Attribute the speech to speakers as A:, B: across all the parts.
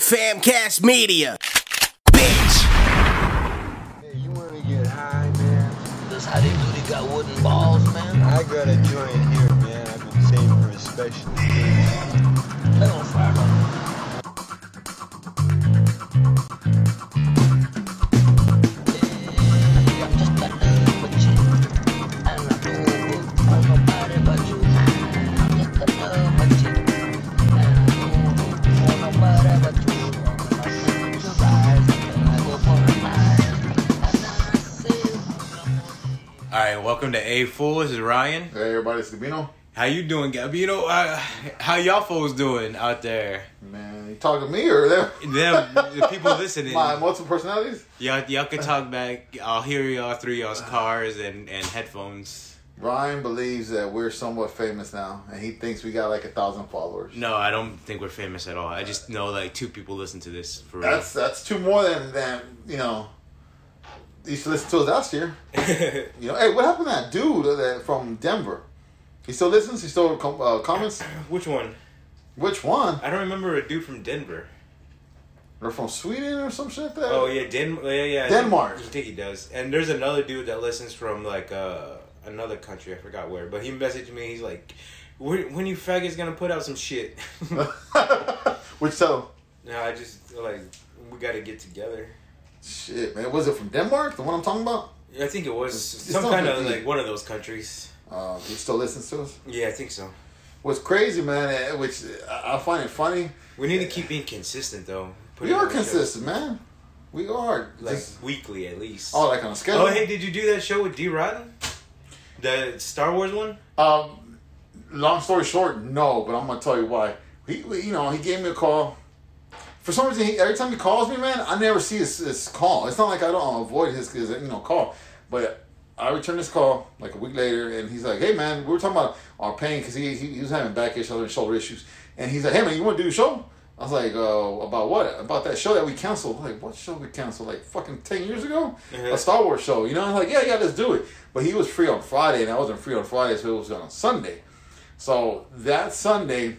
A: Famcast Media. Bitch.
B: Hey, you wanna get high, man?
C: That's how they do. They got wooden balls, man.
B: I got a joint here, man. I've been saving for a special day.
C: They on fire. man.
D: All right, welcome to A Fool. This is Ryan.
E: Hey everybody, it's Gabino.
D: How you doing, Gabby? You know, uh, how y'all folks doing out there?
E: Man, you talking to me or them?
D: Them, the people listening,
E: My
D: y'all,
E: multiple personalities?
D: y'all can talk back. I'll hear y'all through y'all's cars and, and headphones.
E: Ryan believes that we're somewhat famous now, and he thinks we got like a thousand followers.
D: No, I don't think we're famous at all. I just know like two people listen to this for real.
E: That's that's two more than than you know. You should listen to us last year. You know, hey, what happened to that dude uh, that, from Denver? He still listens. He still com- uh, comments.
D: Which one?
E: Which one?
D: I don't remember a dude from Denver.
E: They're from Sweden or some shit. Like that?
D: Oh yeah, Den- yeah, yeah.
E: Denmark.
D: I think he does. And there's another dude that listens from like uh, another country. I forgot where, but he messaged me. He's like, "When, when you faggots gonna put out some shit?"
E: Which tell?
D: no, I just like we gotta get together.
E: Shit, man, was it from Denmark? The one I'm talking about?
D: I think it was
E: It's
D: some
E: not
D: kind of
E: gonna be-
D: like one of those countries.
E: Uh, he still listens to us.
D: Yeah, I think so.
E: What's crazy, man, eh, which I I find it funny.
D: We need to keep being consistent though.
E: We
D: Putting
E: are
D: out shows,
E: consistent, man. We are.
D: like
E: Just-
D: weekly at least.
E: oh, like on a schedule.
D: oh, hey, did you do that show with D Rotten? The Star Wars one?
E: Um, long story short, no, but I'm gonna tell you why. He, we- you know, he gave me a call. For some reason, he, every time he calls me, man, I never see his, his call. It's not like I don't uh, avoid his, his, you know, call. But I returned his call like a week later, and he's like, "Hey, man, we were talking about our pain because he, he he was having back issues and shoulder issues." And he's like, "Hey, man, you want to do a show?" I was like, uh, about what? About that show that we canceled? Like, what show we canceled? Like, fucking 10 years ago? A Star Wars show, you know? I was like, yeah, yeah, let's do it. But he was free on Friday, and I wasn't free on Friday, so it was on Sunday. So that Sunday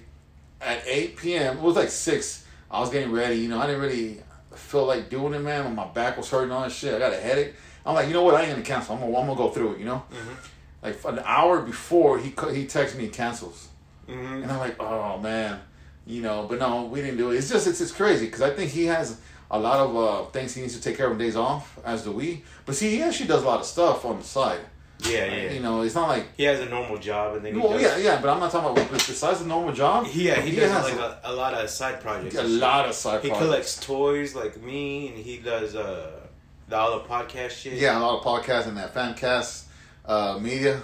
E: at 8 p.m., it was like 6, I was getting ready. You know, I didn't really feel like doing it, man. My back was hurting all that shit. I got a headache. I'm like, you know what? I ain't going to cancel. I'm going to I'm gonna go through it, you know?
D: Mm-hmm.
E: Like, an hour before, he, cu- he texted me, cancels. And I'm like, oh man, you know. But no, we didn't do it. It's just it's it's crazy because I think he has a lot of uh, things he needs to take care of on days off, as do we. But see, he actually does a lot of stuff on the side.
D: Yeah, yeah.
E: You know, it's not like
D: He has a normal job and then he
E: well,
D: does
E: yeah, yeah. But I'm not talking about besides the normal job.
D: Yeah, he, does
E: has
D: like a, a lot of side projects.
E: a
D: and shit.
E: lot of side.
D: He
E: projects.
D: collects toys like me, and he does uh, the all the podcast shit.
E: Yeah, a lot of podcasts and that fancast uh, media.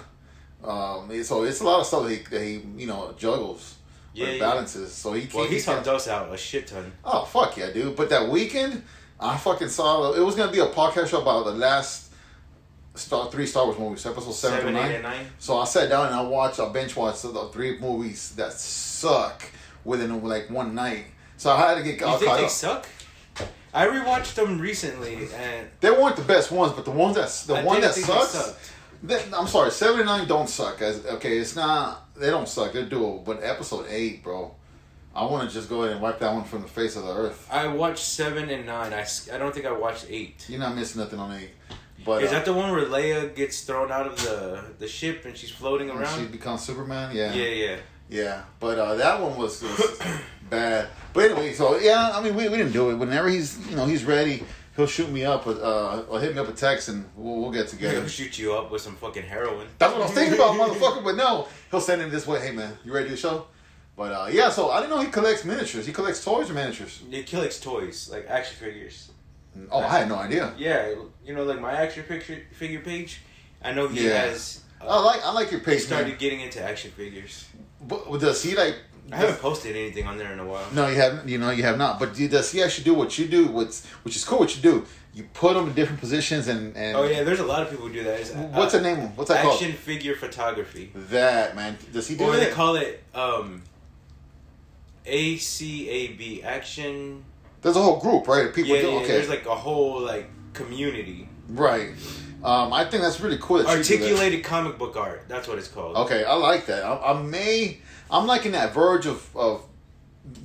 E: Um, it- so it's a lot of stuff that he, that he you know juggles.
D: Yeah,
E: or
D: yeah.
E: balances. So he
D: Well,
E: he-
D: he's
E: he can't-
D: helped us out a shit ton.
E: Oh fuck yeah, dude! But that weekend, I fucking saw it was gonna be a podcast show about the last Star, three Star Wars movies, episode seven,
D: Seven,
E: through
D: eight,
E: nine.
D: and nine.
E: So I sat down and I watched, I bench watched the three movies that suck within like one night. So I had to get
D: You
E: all
D: think
E: caught
D: they
E: up.
D: suck? I rewatched them recently, and
E: They weren't the best ones, but the ones that the
D: I
E: one
D: didn't
E: that
D: think they
E: sucks.
D: sucked.
E: That, I'm sorry, seven and nine don't suck. As, okay, it's not they don't suck. They're doable. But episode eight, bro, I want to just go ahead and wipe that one from the face of the earth.
D: I watched seven and nine. I, s- I don't think I watched eight.
E: You're not missing nothing on eight. But
D: Is
E: uh,
D: that the one where Leia gets thrown out of the the ship and she's floating
E: When She
D: around?
E: becomes Superman. Yeah.
D: yeah, yeah.
E: Yeah. But uh, that one was, was bad. But anyway, so yeah, I mean, we, we didn't do it. Whenever he's you know he's ready, he'll shoot me up with, uh, or hit me up a text, and we'll, we'll get
D: He'll
E: together.
D: shoot you up with some fucking heroin.
E: That's what I was thinking about, motherfucker. But no, he'll send it this way. Hey man, you ready to do the show? But uh, yeah, so I didn't know he collects miniatures. He collects toys or miniatures.
D: He collects toys, like action figures.
E: Oh, I had no idea.
D: Yeah, you know, like my action picture figure page. I know he
E: Yeah.
D: has.
E: I like I like your
D: He
E: page, man.
D: started getting into action figures.
E: But does he like?
D: I haven't posted anything on there in a while.
E: No, you haven't. You know, you have not. But do- does he actually do what you do? What's which is cool? What you do? You put them in different positions and and.
D: Oh yeah, there's a lot of people who do that. It's, uh,
E: What's the name? What's that
D: Action figure photography.
E: called? That man. Does he do
D: Or they
E: that?
D: call it um, ACAB action.
E: There's a whole group, right? of People
D: Yeah,
E: do.
D: yeah,
E: okay,
D: there's like a whole like community.
E: right. Um, I think that's really cool. That you do that.
D: Articulated comic book art. That's what it's called.
E: Okay, I like that. I, I may. I'm like in that verge of of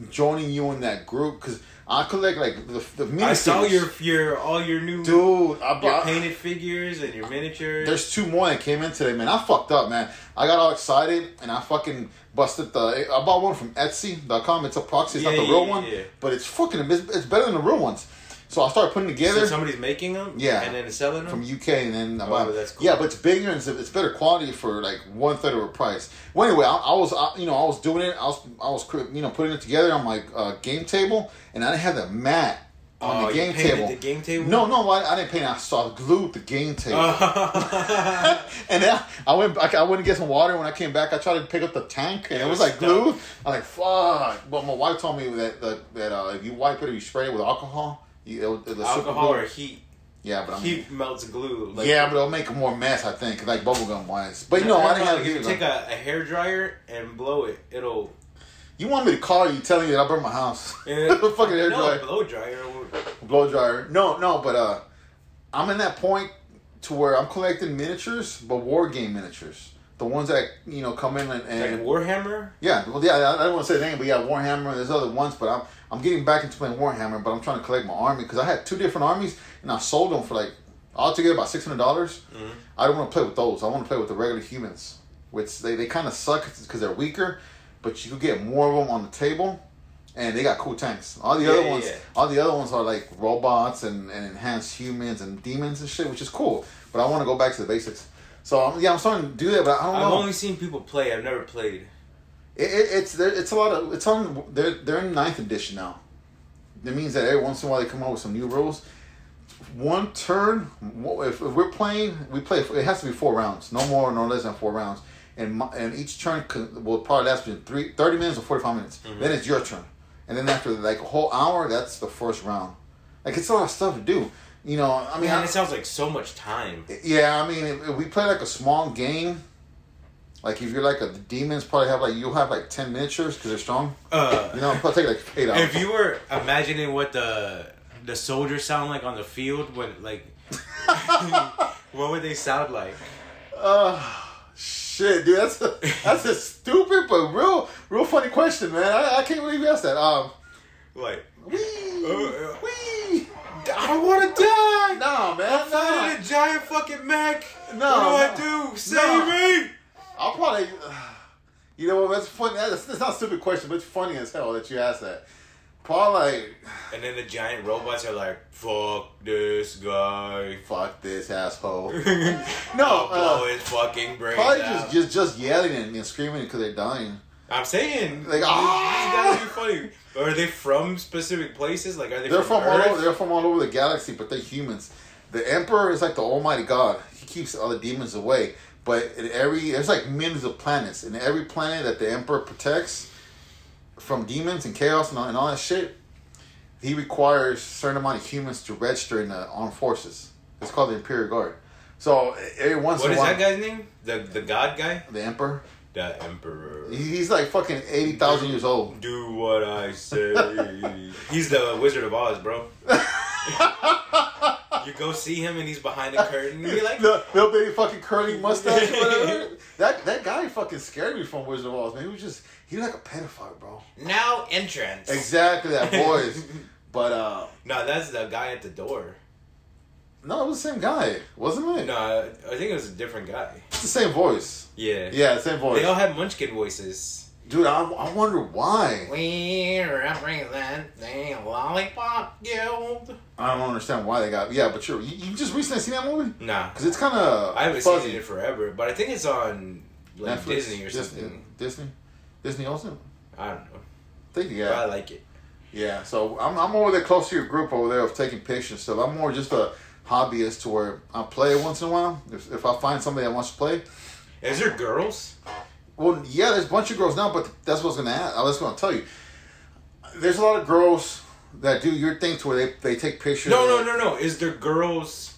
E: joining you in that group because I collect like the the
D: I saw
E: miniatures.
D: your your all your new
E: dude. I
D: your
E: bought.
D: painted figures and your miniatures.
E: There's two more that came in today, man. I fucked up, man. I got all excited and I fucking busted the. I bought one from Etsy.com. It's a proxy. It's
D: Yeah,
E: not the
D: yeah,
E: real
D: yeah,
E: one,
D: yeah.
E: but it's fucking. It's, it's better than the real ones. So I started putting
D: so
E: together
D: somebody's making them,
E: Yeah.
D: and then selling them.
E: from UK and then. I
D: Oh,
E: bought-
D: that's cool.
E: Yeah, but it's bigger and it's, it's better quality for like one third of a price. Well, anyway, I, I was I, you know I was doing it. I was I was cr- you know putting it together on my uh, game table, and I didn't have the mat on
D: Oh, you
E: the game
D: painted
E: table.
D: the game Uh-huh. table?
E: No, no, I, I didn't paint. it. I saw glued the game table. and then I went back, I went to get some water. When I came back, I tried to pick up the tank, and it, was,
D: was
E: like
D: stuck.
E: glue. I'm like, fuck. But my wife told me that that, that uh, if you wipe it or you spray it with alcohol, you, it'll, it'll
D: Alcohol or heat?
E: yeah, but I'm,
D: Heat melts glue. Like,
E: yeah, but it'll make more mess. I think like bubblegum wise. But no, I didn't have
D: If you
E: to
D: take a, a hair dryer and blow it, it'll.
E: You want me to call you telling you that I burned my house?
D: eh,
E: Fucking hair
D: no,
E: dryer.
D: blow dryer. will-
E: blow dryer. No, no, but uh, I'm in that point to where I'm collecting miniatures, but war game miniatures, the ones that you know come in and,
D: Like
E: and
D: Warhammer.
E: yeah, well, yeah, I, I don't want to say the name, but yeah, Warhammer. There's other ones, but I'm I'm getting back into playing Warhammer, but I'm trying to collect my army because I had two different armies and I sold them for like altogether about six hundred dollars.
D: Mm-hmm.
E: I don't want to play with those. I want to play with the regular humans, which they, they kind of suck because they're weaker, but you could get more of them on the table, and they got cool tanks. All the
D: Yeah,
E: other
D: yeah,
E: ones,
D: yeah.
E: all the other ones are like robots and, and enhanced humans and demons and shit, which is cool. But I want to go back to the basics. So um, yeah, I'm starting to do that, but I don't
D: I've
E: know.
D: only seen people play. I've never played.
E: It, it, it's there, it's a lot of it's on they're they're in ninth edition now. That means that every once in a while they come out with some new rules. One turn, wh- if, if we're playing, we play. It has to be four rounds, no more, no less than four rounds, and my, and each turn can, will probably last between three, 30 minutes or forty five minutes. Then it's your turn, and then after like a whole hour, that's the first round. Like it's a lot of stuff to do. You know, I mean,
D: Man,
E: I-
D: it sounds like so much time.
E: yeah, I mean, if, if we play like a small game, like if you're like a the demons, probably have like you'll have like ten miniatures because they're strong.
D: Uh,
E: You know, probably take like eight hours.
D: If you were imagining what the the soldiers sound like on the field, when like, what would they sound like?
E: Ah, shit, dude, that's a, that's a stupid but real real funny question, man. I, I can't believe you asked that. Um,
D: Like,
E: wee,
D: uh,
E: wee. I don't want to die. Nah, man,
D: I
E: nah.
D: need a giant fucking mech.
E: No,
D: what do
E: no.
D: I do? Save me!
E: I'll probably. You know what? That's funny. That's, that's not a stupid question, but it's funny as hell that you asked that. Probably like,
D: And then the giant robots are like, "Fuck this guy."
E: fuck this asshole. no,
D: I'll
E: uh,
D: blow his fucking brains
E: Probably
D: out.
E: just, just just yelling and, and screaming because they're dying.
D: I'm saying,
E: Like,
D: like,
E: "Ah!"
D: ah! this gotta be funny. Are they from specific places? Like, are they
E: They're from, all
D: Earth?
E: over, they're from all over the galaxy, but they're humans. The Emperor is like the Almighty God. He keeps all the demons away. But in every there's like millions of planets, and every planet that the Emperor protects from demons and chaos and all, and all that shit, he requires a certain amount of humans to register in the armed forces. It's called the Imperial Guard. So every once
D: What
E: in
D: is
E: a while,
D: that guy's name? The the god guy?
E: the Emperor,
D: The emperor.
E: he- he's like fucking eighty thousand years old.
D: Do what I say. he's the Wizard of Oz, bro. you go see him and he's behind a curtain. And you're like,
E: the little baby fucking curly mustache, whatever. that that guy fucking scared me from Wizard of Oz. Man, he was just he was like a pedophile, bro.
D: now entrance.
E: Exactly that voice. but uh,
D: No, that's the guy at the door.
E: no, it was the same guy, wasn't it?
D: No, I think it was a different guy.
E: It's the same voice.
D: Yeah.
E: Yeah, same voice.
D: They all had Munchkin voices.
E: Dude, I, I wonder why.
D: We represent the Lollipop Guild.
E: I don't understand why they got. Yeah, but you're, you you just recently seen that movie
D: Nah,
E: because it's kind of
D: I haven't seen it in forever, but I think it's on like Disney or something.
E: Disney, Disney also.
D: I don't know.
E: Thank you,
D: But I
E: guys.
D: like it.
E: Yeah, so I'm, I'm over there close to your group over there of taking pictures and stuff. I'm more just a hobbyist to where I play once in a while. If, if I find somebody that wants to play,
D: Is there girls?
E: well, yeah, there's a bunch of girls now, but that's what's gonna ask. I was gonna tell you, there's a lot of girls that do your thing to where they, they take pictures.
D: No, no, no, no. Is there girls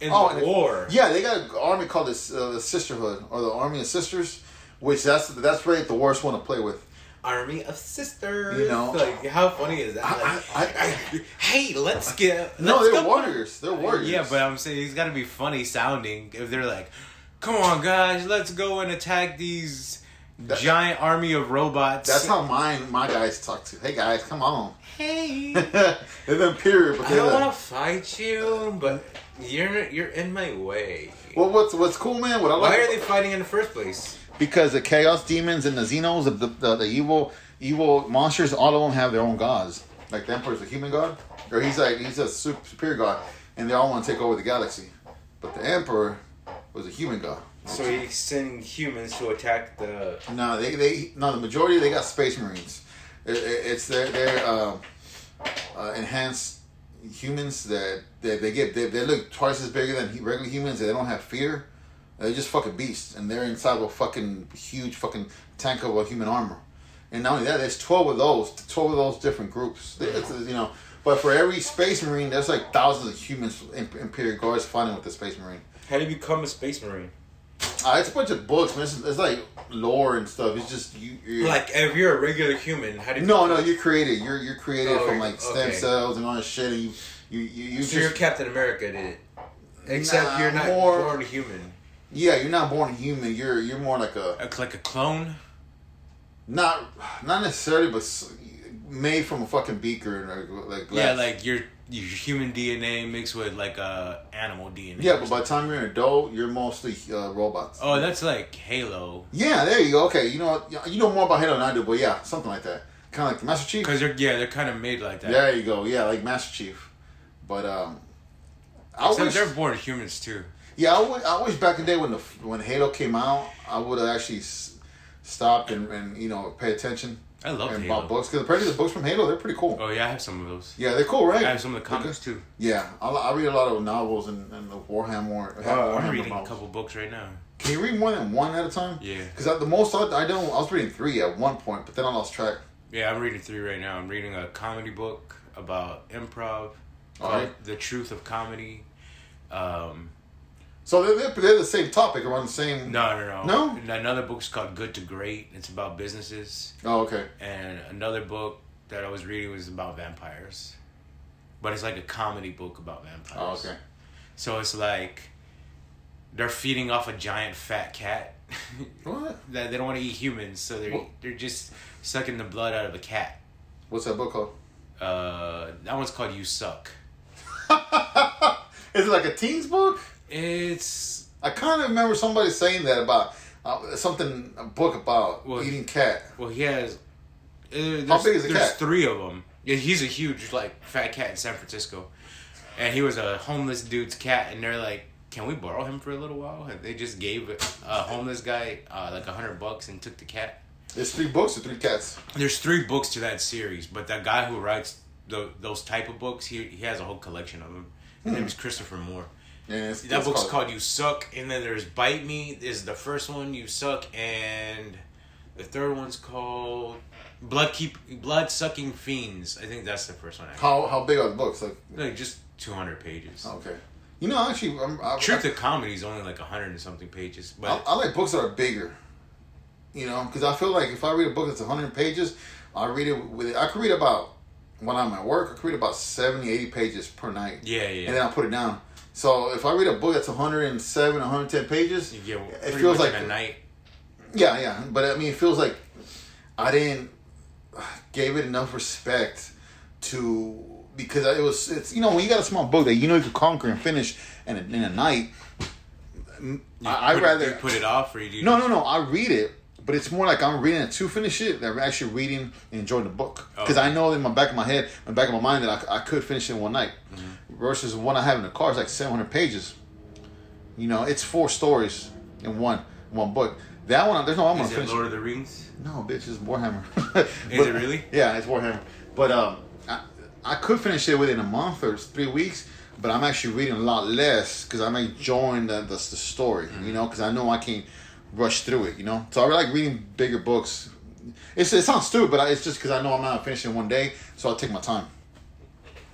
D: in
E: Oh,
D: the war?
E: Yeah, they got an army called the, uh, the Sisterhood or the Army of Sisters, which that's that's really the worst one to play with.
D: Army of sisters.
E: You know.
D: like how funny is that?
E: I- I-
D: Like,
E: I-
D: hey, let's get.
E: No,
D: let's
E: they're
D: go-
E: warriors. They're warriors.
D: Yeah, but I'm saying it's got to be funny sounding if they're like, "Come on, guys, let's go and attack these
E: That-
D: giant army of robots.
E: That's how mine my guys talk to. Hey guys, come on.
D: Hey,
E: They're the imperial, but
D: I
E: they're
D: don't
E: the-
D: want to fight you, but you're you're in my way.
E: well, what's what's cool, man? What I like
D: Why are they fighting in the first place?
E: because the chaos demons and the xenos, the, the, the, the evil evil monsters, all of them have their own gods. Like the emperor's a human god, or he's like he's a super, superior god, and they all want to take over the galaxy. But the emperor was a human god.
D: So he send humans to attack the.
E: No, they they no the majority they got space marines. It, it- it's their their um uh, enhanced humans that they, they get they, they look twice as bigger than hu- regular humans. They don't have fear. They're just fucking beasts, and they're inside of a fucking huge fucking tank of a human armor. And not only that, there's twelve of those, twelve of those different groups. It's, you know, but for every space marine, there's like thousands of humans, im- imperial guards fighting with the space marine.
D: How do you become a space marine?
E: Uh, it's a bunch of books, man. It's, it's like lore and stuff. It's just you. you
D: Like if you're a regular human, how do you?
E: No, no, you're created. You're you're created
D: Oh,
E: from like stem
D: okay.
E: cells and all that shit. And you you you, you
D: So you're
E: just
D: Captain America, did it? Except
E: Nah,
D: you're not
E: more-
D: born human.
E: yeah. You're not born human. You're you're more like a
D: Uh, Like a clone.
E: not not necessarily, but s- made from a fucking beaker and like, like
D: Yeah,
E: glass.
D: like your your human DNA mixed with like uh animal DNA.
E: yeah. But by the time you're an adult, you're mostly uh, robots.
D: oh, that's like Halo.
E: Yeah, there you go. Okay, you know what? you know more about Halo than I do, but yeah, something like that. Kind of like the Master Chief.
D: Cause they're yeah they're kind of made like that.
E: There you go. Yeah, like Master Chief. But um, I
D: Except
E: wish-
D: they're born humans too.
E: Yeah, I wi- I wish back in the day when the when Halo came out, I would have actually s- stopped and, and you know pay attention
D: I love
E: and
D: Halo.
E: bought books because apparently the books from Halo they're pretty cool.
D: Oh yeah, I have some of those.
E: Yeah, they're cool, right?
D: I have some of the comics too.
E: Yeah, I, li- I read a lot of novels and, and the Warhammer. uh,
D: I'm
E: Warhammer
D: reading a
E: novels.
D: couple books right now.
E: Can you read more than one at a time?
D: Yeah.
E: Because the most I, I don't, I was reading three at one point, but then I lost track.
D: Yeah, I'm reading three right now. I'm reading a comedy book about improv,
E: All
D: called
E: right.
D: the truth of comedy. Um,
E: So they're, they're, they're the same topic around the same.
D: no, no, no,
E: No?
D: And Another book's called Good to Great. It's about businesses,
E: Oh, okay.
D: and another book that I was reading was about vampires, but it's like a comedy book about vampires.
E: Oh, okay.
D: So it's like they're feeding off a giant fat cat.
E: What?
D: that they don't want to eat humans, so they're
E: What?
D: they're just sucking the blood out of a cat.
E: What's that book called?
D: Uh, that one's called "You Suck."
E: Is it like a teens book?
D: It's
E: I kind of remember somebody saying that about uh, something a book about
D: What?
E: eating cat.
D: well, he has. Uh, there's,
E: big is the
D: there's
E: cat?
D: three of them. Yeah, he's a huge like fat cat in San Francisco, and he was a homeless dude's cat, and they're like. Can we borrow him for a little while? And they just gave a homeless guy uh, like a hundred bucks and took the cat.
E: There's three books or three cats.
D: There's three books to that series, but that guy who writes tho- those type of books, he he has a whole collection of them. His
E: Hmm.
D: name is Christopher Moore.
E: And it's,
D: That
E: it's
D: book's called, You Suck, and then there's Bite Me is the first one, You Suck, and the third one's called Blood Keep Blood Sucking Fiends. I think that's the first one. I
E: How how big are the books? Like
D: like just 200 pages.
E: okay, you know actually, I'm, I,
D: Truth to Comedy is only like 100 and something pages, but
E: I, I like books that are bigger. You know, because I feel like if I read a book that's 100 pages, I read it with I could read about when I'm at work. I could read about 70, 80 pages per night.
D: yeah, yeah.
E: and then I put it down. So if I read a book that's 107, 110 pages,
D: you get
E: it
D: pretty
E: feels
D: much
E: like
D: in a night.
E: Yeah, yeah, but I mean, it feels like I didn't gave it enough respect to because it was it's you know when you got a small book that you know you could conquer and finish in a, in a night.
D: You
E: I, I'd
D: put it-
E: rather
D: you put it off or you do
E: no no no I read it, but it's more like I'm reading it to finish it than actually reading and enjoying the book because
D: Oh.
E: I know in my back of my head, in the back of my mind that I, I could finish it in one night,
D: Mm-hmm.
E: versus the one I have in the car is like seven hundred pages. You know, it's four stories in one one book. That one, there's no I'm gonna
D: Is it
E: finish.
D: Lord of the Rings?
E: No, bitch, it's Warhammer. But-
D: it really?
E: Yeah, it's Warhammer. But um, I, I could finish it within a month or three weeks, but I'm actually reading a lot less because I'm enjoying the, the, the story,
D: Mm-hmm.
E: you know, because I know I can't rush through it, you know. So I like reading bigger books. It's, it sounds stupid, but I, it's just because I know I'm not finishing one day, so I'll take my time,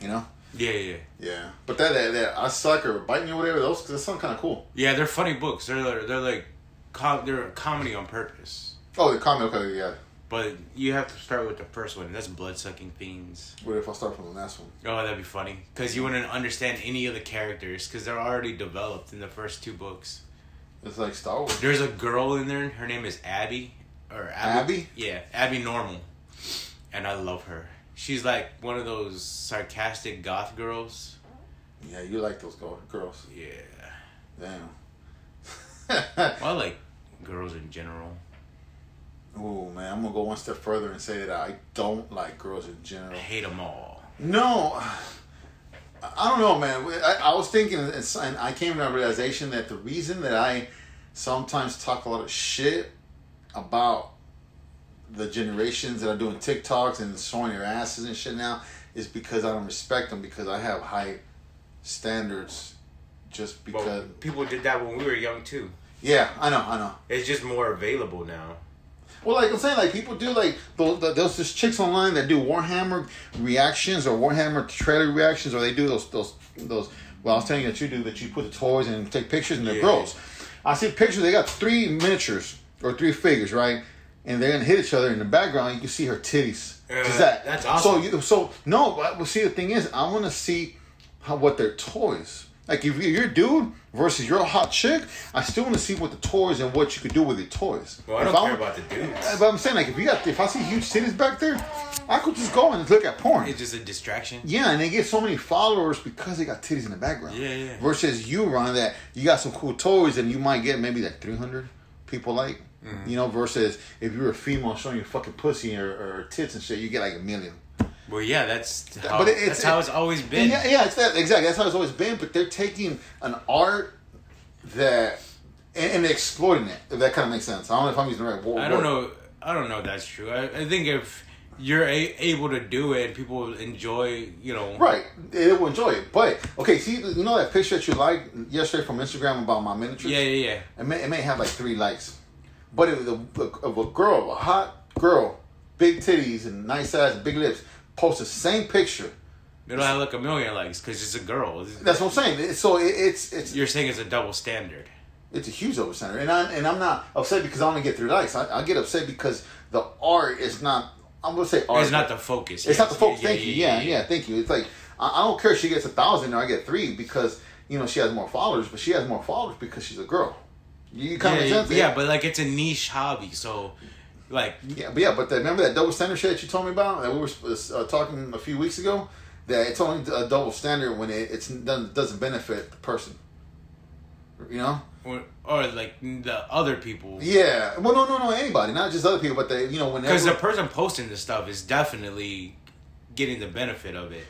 E: you know.
D: Yeah, yeah.
E: Yeah, but that that, that I suck or bite me or whatever those that sound kind of cool.
D: Yeah, they're funny books. They're they're like com- they're a comedy on purpose.
E: Oh, the comic, okay, yeah.
D: But you have to start with the first one. That's blood sucking fiends.
E: What if I start from the last one?
D: Oh, that'd be funny because you wouldn't understand any of the characters because they're already developed in the first two books.
E: It's like Star Wars.
D: There's a girl in there. Her name is Abby. or
E: Abby?
D: Yeah, Abby Normal, and I love her. She's like one of those sarcastic goth girls.
E: Yeah, you like those girl- girls.
D: Yeah,
E: Damn.
D: well, I like girls in general.
E: Ooh, man, I'm gonna go one step further and say that I don't like girls in
D: I
E: general.
D: hate them all.
E: No, I- I don't know, man. I, I was thinking, it's- and I came to a realization that the reason that I sometimes talk a lot of shit about the generations that are doing TikToks and showing their asses and shit now is because I don't respect them because I have high standards. Just because,
D: Well, people did that when we were young too.
E: yeah, I know, I know.
D: It's just more available now.
E: Well, like I'm saying, like people do like those, those just chicks online that do Warhammer reactions or Warhammer trailer reactions, or they do those those those. Well, I was telling you that you do that. You put the toys and take pictures, and they're
D: Yeah.
E: girls. I see pictures. They got three miniatures or three figures, right? And they're gonna hit each other in the background. You can see her titties.
D: Yeah,
E: Just that.
D: Uh, that's
E: So
D: awesome.
E: you so no. But well, see, the thing is, I want to see how what their toys. Like if you're your dude versus your hot chick, I still want to see what the toys and what you could do with your toys.
D: Well, I
E: If
D: don't care
E: want-
D: about the dudes.
E: uh, But I'm saying, like, if you got, if I see huge titties back there, I could just go and just look at porn.
D: It's just a distraction.
E: Yeah, and they get so many followers because they got titties in the background.
D: Yeah, yeah.
E: Versus you, Ron, that you got some cool toys and you might get maybe like 300 people like.
D: Mm-hmm.
E: You know, versus if you're a female showing your fucking pussy or, or tits and shit, you get like a million.
D: Well, yeah, that's how,
E: but it- it's-
D: that's how it's always been.
E: Yeah, yeah, it's that exactly. That's how it's always been. But they're taking an art that and, and exploiting it. If that kind of makes sense. I don't know if I'm using the right word.
D: I don't know. I don't know. If that's true. I, I think if you're a- able to do it, people enjoy. You know,
E: Right, they will enjoy it. But okay, see, you know that picture that you liked yesterday from Instagram about my miniatures.
D: Yeah, yeah, yeah.
E: It may, it may have like three likes, but if the of a girl, a hot girl, big titties and nice ass, big lips, post the same picture.
D: It'll have like a million likes because it's a girl.
E: That's what I'm saying. It- So it, it's it's
D: You're saying it's a double standard.
E: it's a huge overcenter, and I and I'm not upset because I only get three likes. I, I get upset because the art is not. I'm gonna say art.
D: It's not the focus.
E: It's not the
D: Yes.
E: focus. thank you. Yeah, yeah, Thank you. It's like I, I don't care if she gets a thousand or I get three because you know she has more followers, but she has more followers because she's a girl. You kind
D: Yeah,
E: of
D: yeah,
E: sense
D: yeah, but like it's a niche hobby, so like
E: yeah, but yeah, but the, remember that double standard shit that you told me about that we were uh, talking a few weeks ago. That it's only a double standard when it it's doesn't doesn't benefit the person. You know.
D: or, or like the other people.
E: Yeah. Well, no, no, no. Anybody, not just other people, but they, you know, whenever.
D: Because the person posting this stuff is definitely getting the benefit of it.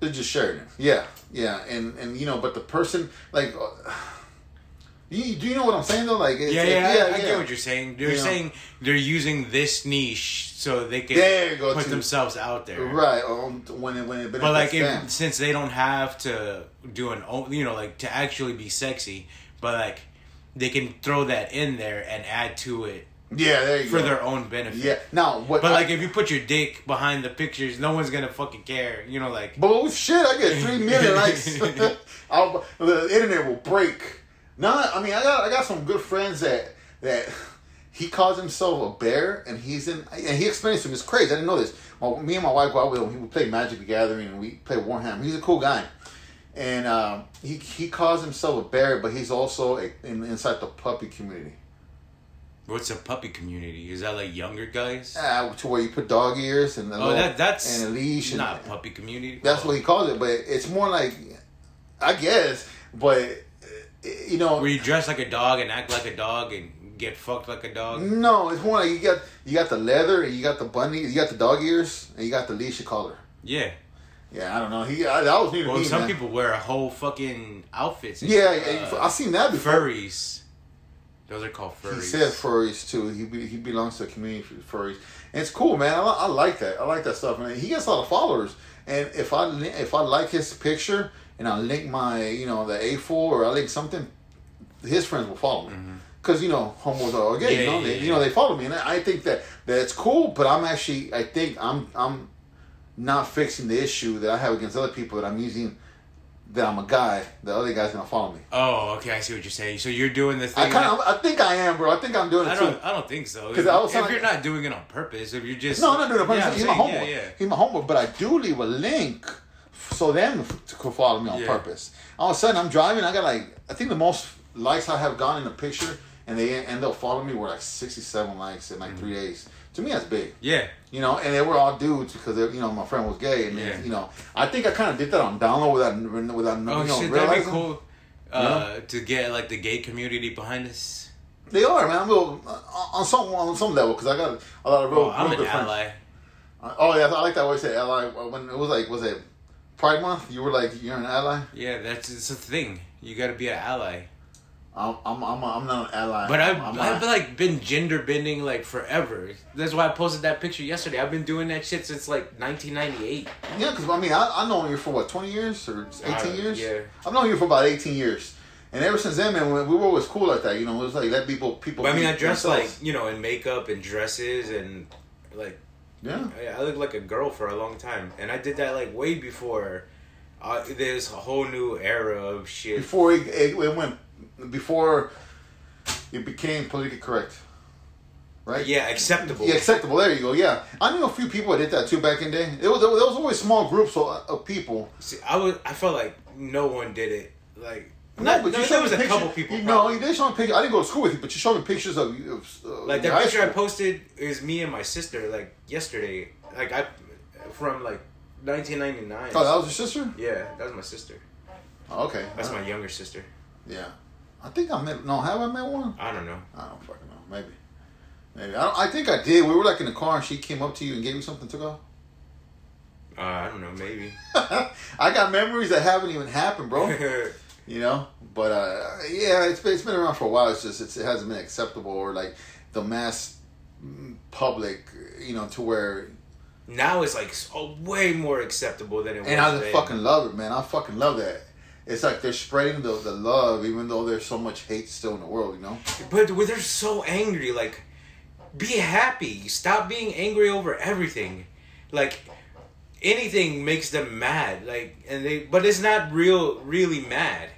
E: They're just sharing it. Yeah, yeah, and and you know, but the person like, uh, you do you know what I'm saying though? Like, it's,
D: Yeah, yeah, I, I get what you're saying.
E: saying.
D: They're
E: Yeah.
D: saying they're using this niche so they can
E: There you go,
D: put
E: too.
D: themselves out there.
E: Right. Um, when it when it benefits
D: But like,
E: them.
D: if, since they don't have to do an, o- you know, like to actually be sexy, but like they can throw that in there and add to it
E: yeah, there you
D: for
E: go.
D: their own benefit.
E: yeah. Now what?
D: But
E: I-
D: like, if you put your dick behind the pictures, no one's gonna fucking care. You know, like
E: But oh shit, I get three million likes. I'll, the internet will break. No, I mean I got I got some good friends that that he calls himself a bear, and he's in and he explains to him. It's crazy. I didn't know this. Well, me and my wife go out with him. He would play Magic the Gathering, and we play Warhammer. He's a cool guy, and um, he he calls himself a bear, but he's also a, in, inside the puppy community.
D: what's a puppy community? Is that like younger guys?
E: Uh, to where you put dog ears and a
D: Oh,
E: little-
D: that that's
E: and a leash and
D: not a puppy community.
E: That's
D: Oh.
E: what he calls it, but it's more like, I guess, but uh, you know,
D: Where you dress like a dog and act like a dog and get fucked like a dog.
E: no, it's more like you got you got the leather, and you got the bunny, you got the dog ears, and you got the leash collar.
D: Yeah.
E: Yeah, I don't know. He I, that was new to
D: Well,
E: me.
D: some
E: man.
D: people wear a whole fucking outfits. and
E: yeah,
D: shit.
E: yeah,
D: Uh,
E: I've seen that before.
D: furries. Those are called furries.
E: He said furries too. He be, he belongs to a community for furries, and it's cool, man. I, li- I like that. I like that stuff, and he gets a lot of followers. And if I li- if I like his picture and I link my you know the A four or I link something, his friends will follow me because you know homos are gay. you
D: Mm-hmm. Yeah,
E: know
D: yeah,
E: they, you
D: yeah.
E: know they follow me, and I I think that that's cool. But I'm actually I think I'm I'm not fixing the issue that I have against other people that I'm using. That I'm a guy. The other guy's gonna follow me.
D: Oh, okay. I see what you're saying. So you're doing the thing.
E: I kind of. I think I am, bro. I think I'm doing it
D: I
E: too.
D: don't. I don't think so.
E: 'Cause
D: If,
E: I was
D: if
E: like-
D: you're not doing it on purpose, if you're just
E: No, I'm not doing it.
D: Yeah,
E: Yeah,
D: I'm
E: he's my
D: saying,
E: homework.
D: Yeah,
E: He's my homework. But I do leave a link f- so them f- to could follow me on
D: Yeah.
E: purpose. All of a sudden, I'm driving. I got like I think the most likes I have gone in a picture and they end up following me were like sixty seven likes in like
D: Mm.
E: three days. To me, that's big.
D: Yeah.
E: You know, and they were all dudes because they, you know my friend was gay, and
D: Yeah.
E: you know I think I kind of did that on download without without
D: Oh
E: you know
D: shit, that'd be
E: realizing.
D: cool. Uh, to get like the gay community behind us.
E: They are man. I'm a little, uh, on some on some level because I got a lot of real,
D: Oh, I'm
E: real
D: an
E: good friends.
D: ally.
E: Uh, Oh yeah, I like that way you said ally. When it was like was it Pride Month? You were like you're an ally.
D: Yeah, that's it's a thing. You gotta be an ally.
E: I'm I'm I'm, I'm not an ally.
D: But I've,
E: I'm,
D: I've
E: not-
D: like been gender bending like forever. That's why I posted that picture yesterday. I've been doing that shit since like 1998.
E: Yeah, because I mean, I, I've known you for what, 20 years or 18
D: Uh,
E: years?
D: yeah.
E: I've known you for about 18 years. And ever since then, man, we we were always cool like that. You know, it was like let people, people.
D: But I mean,
E: be
D: I dress like
E: themselves.
D: you know in makeup and dresses and like
E: Yeah.
D: I I looked like a girl for a long time, and I did that like way before. Uh, there's a whole new era of shit.
E: Before it, it, it went, before it became politically correct. Right?
D: yeah, acceptable.
E: Yeah, acceptable. There you go. Yeah, I knew a few people that did that too back in the day. It was there was always small groups of, of people.
D: See, I was I felt like no one did it. Like
E: No, but you
D: there
E: showed
D: was
E: me
D: a
E: pictures.
D: couple people.
E: You, no,
D: probably.
E: you did show me pictures. I didn't go to school with you, but you showed me pictures of, of uh,
D: like
E: your
D: that
E: high
D: picture I
E: school.
D: posted is me and my sister like yesterday. Like I from like 1999.
E: Oh, that was your sister.
D: yeah, that was my sister.
E: Oh, okay, Uh,
D: That's my younger sister.
E: Yeah. I think I met. No, have I met one?
D: I don't know.
E: I don't fucking know. Maybe. Maybe. I, don't, I think I did. We were like in the car and she came up to you and gave you something to go.
D: Uh, I don't know. Maybe.
E: I got memories that haven't even happened, bro. you know? But uh, yeah, it's been, it's been around for a while. It's just it's, it hasn't been acceptable or like the mass mm, public, you know, to where.
D: now it's like so, way more acceptable than it was.
E: And I just
D: then.
E: fucking love it, man. I fucking love that. It's like they're spreading the, the love even though there's so much hate still in the world, you know?
D: But when they're so angry, like, be happy. Stop being angry over everything. Like, anything makes them mad. Like, and they, but it's not real, really mad.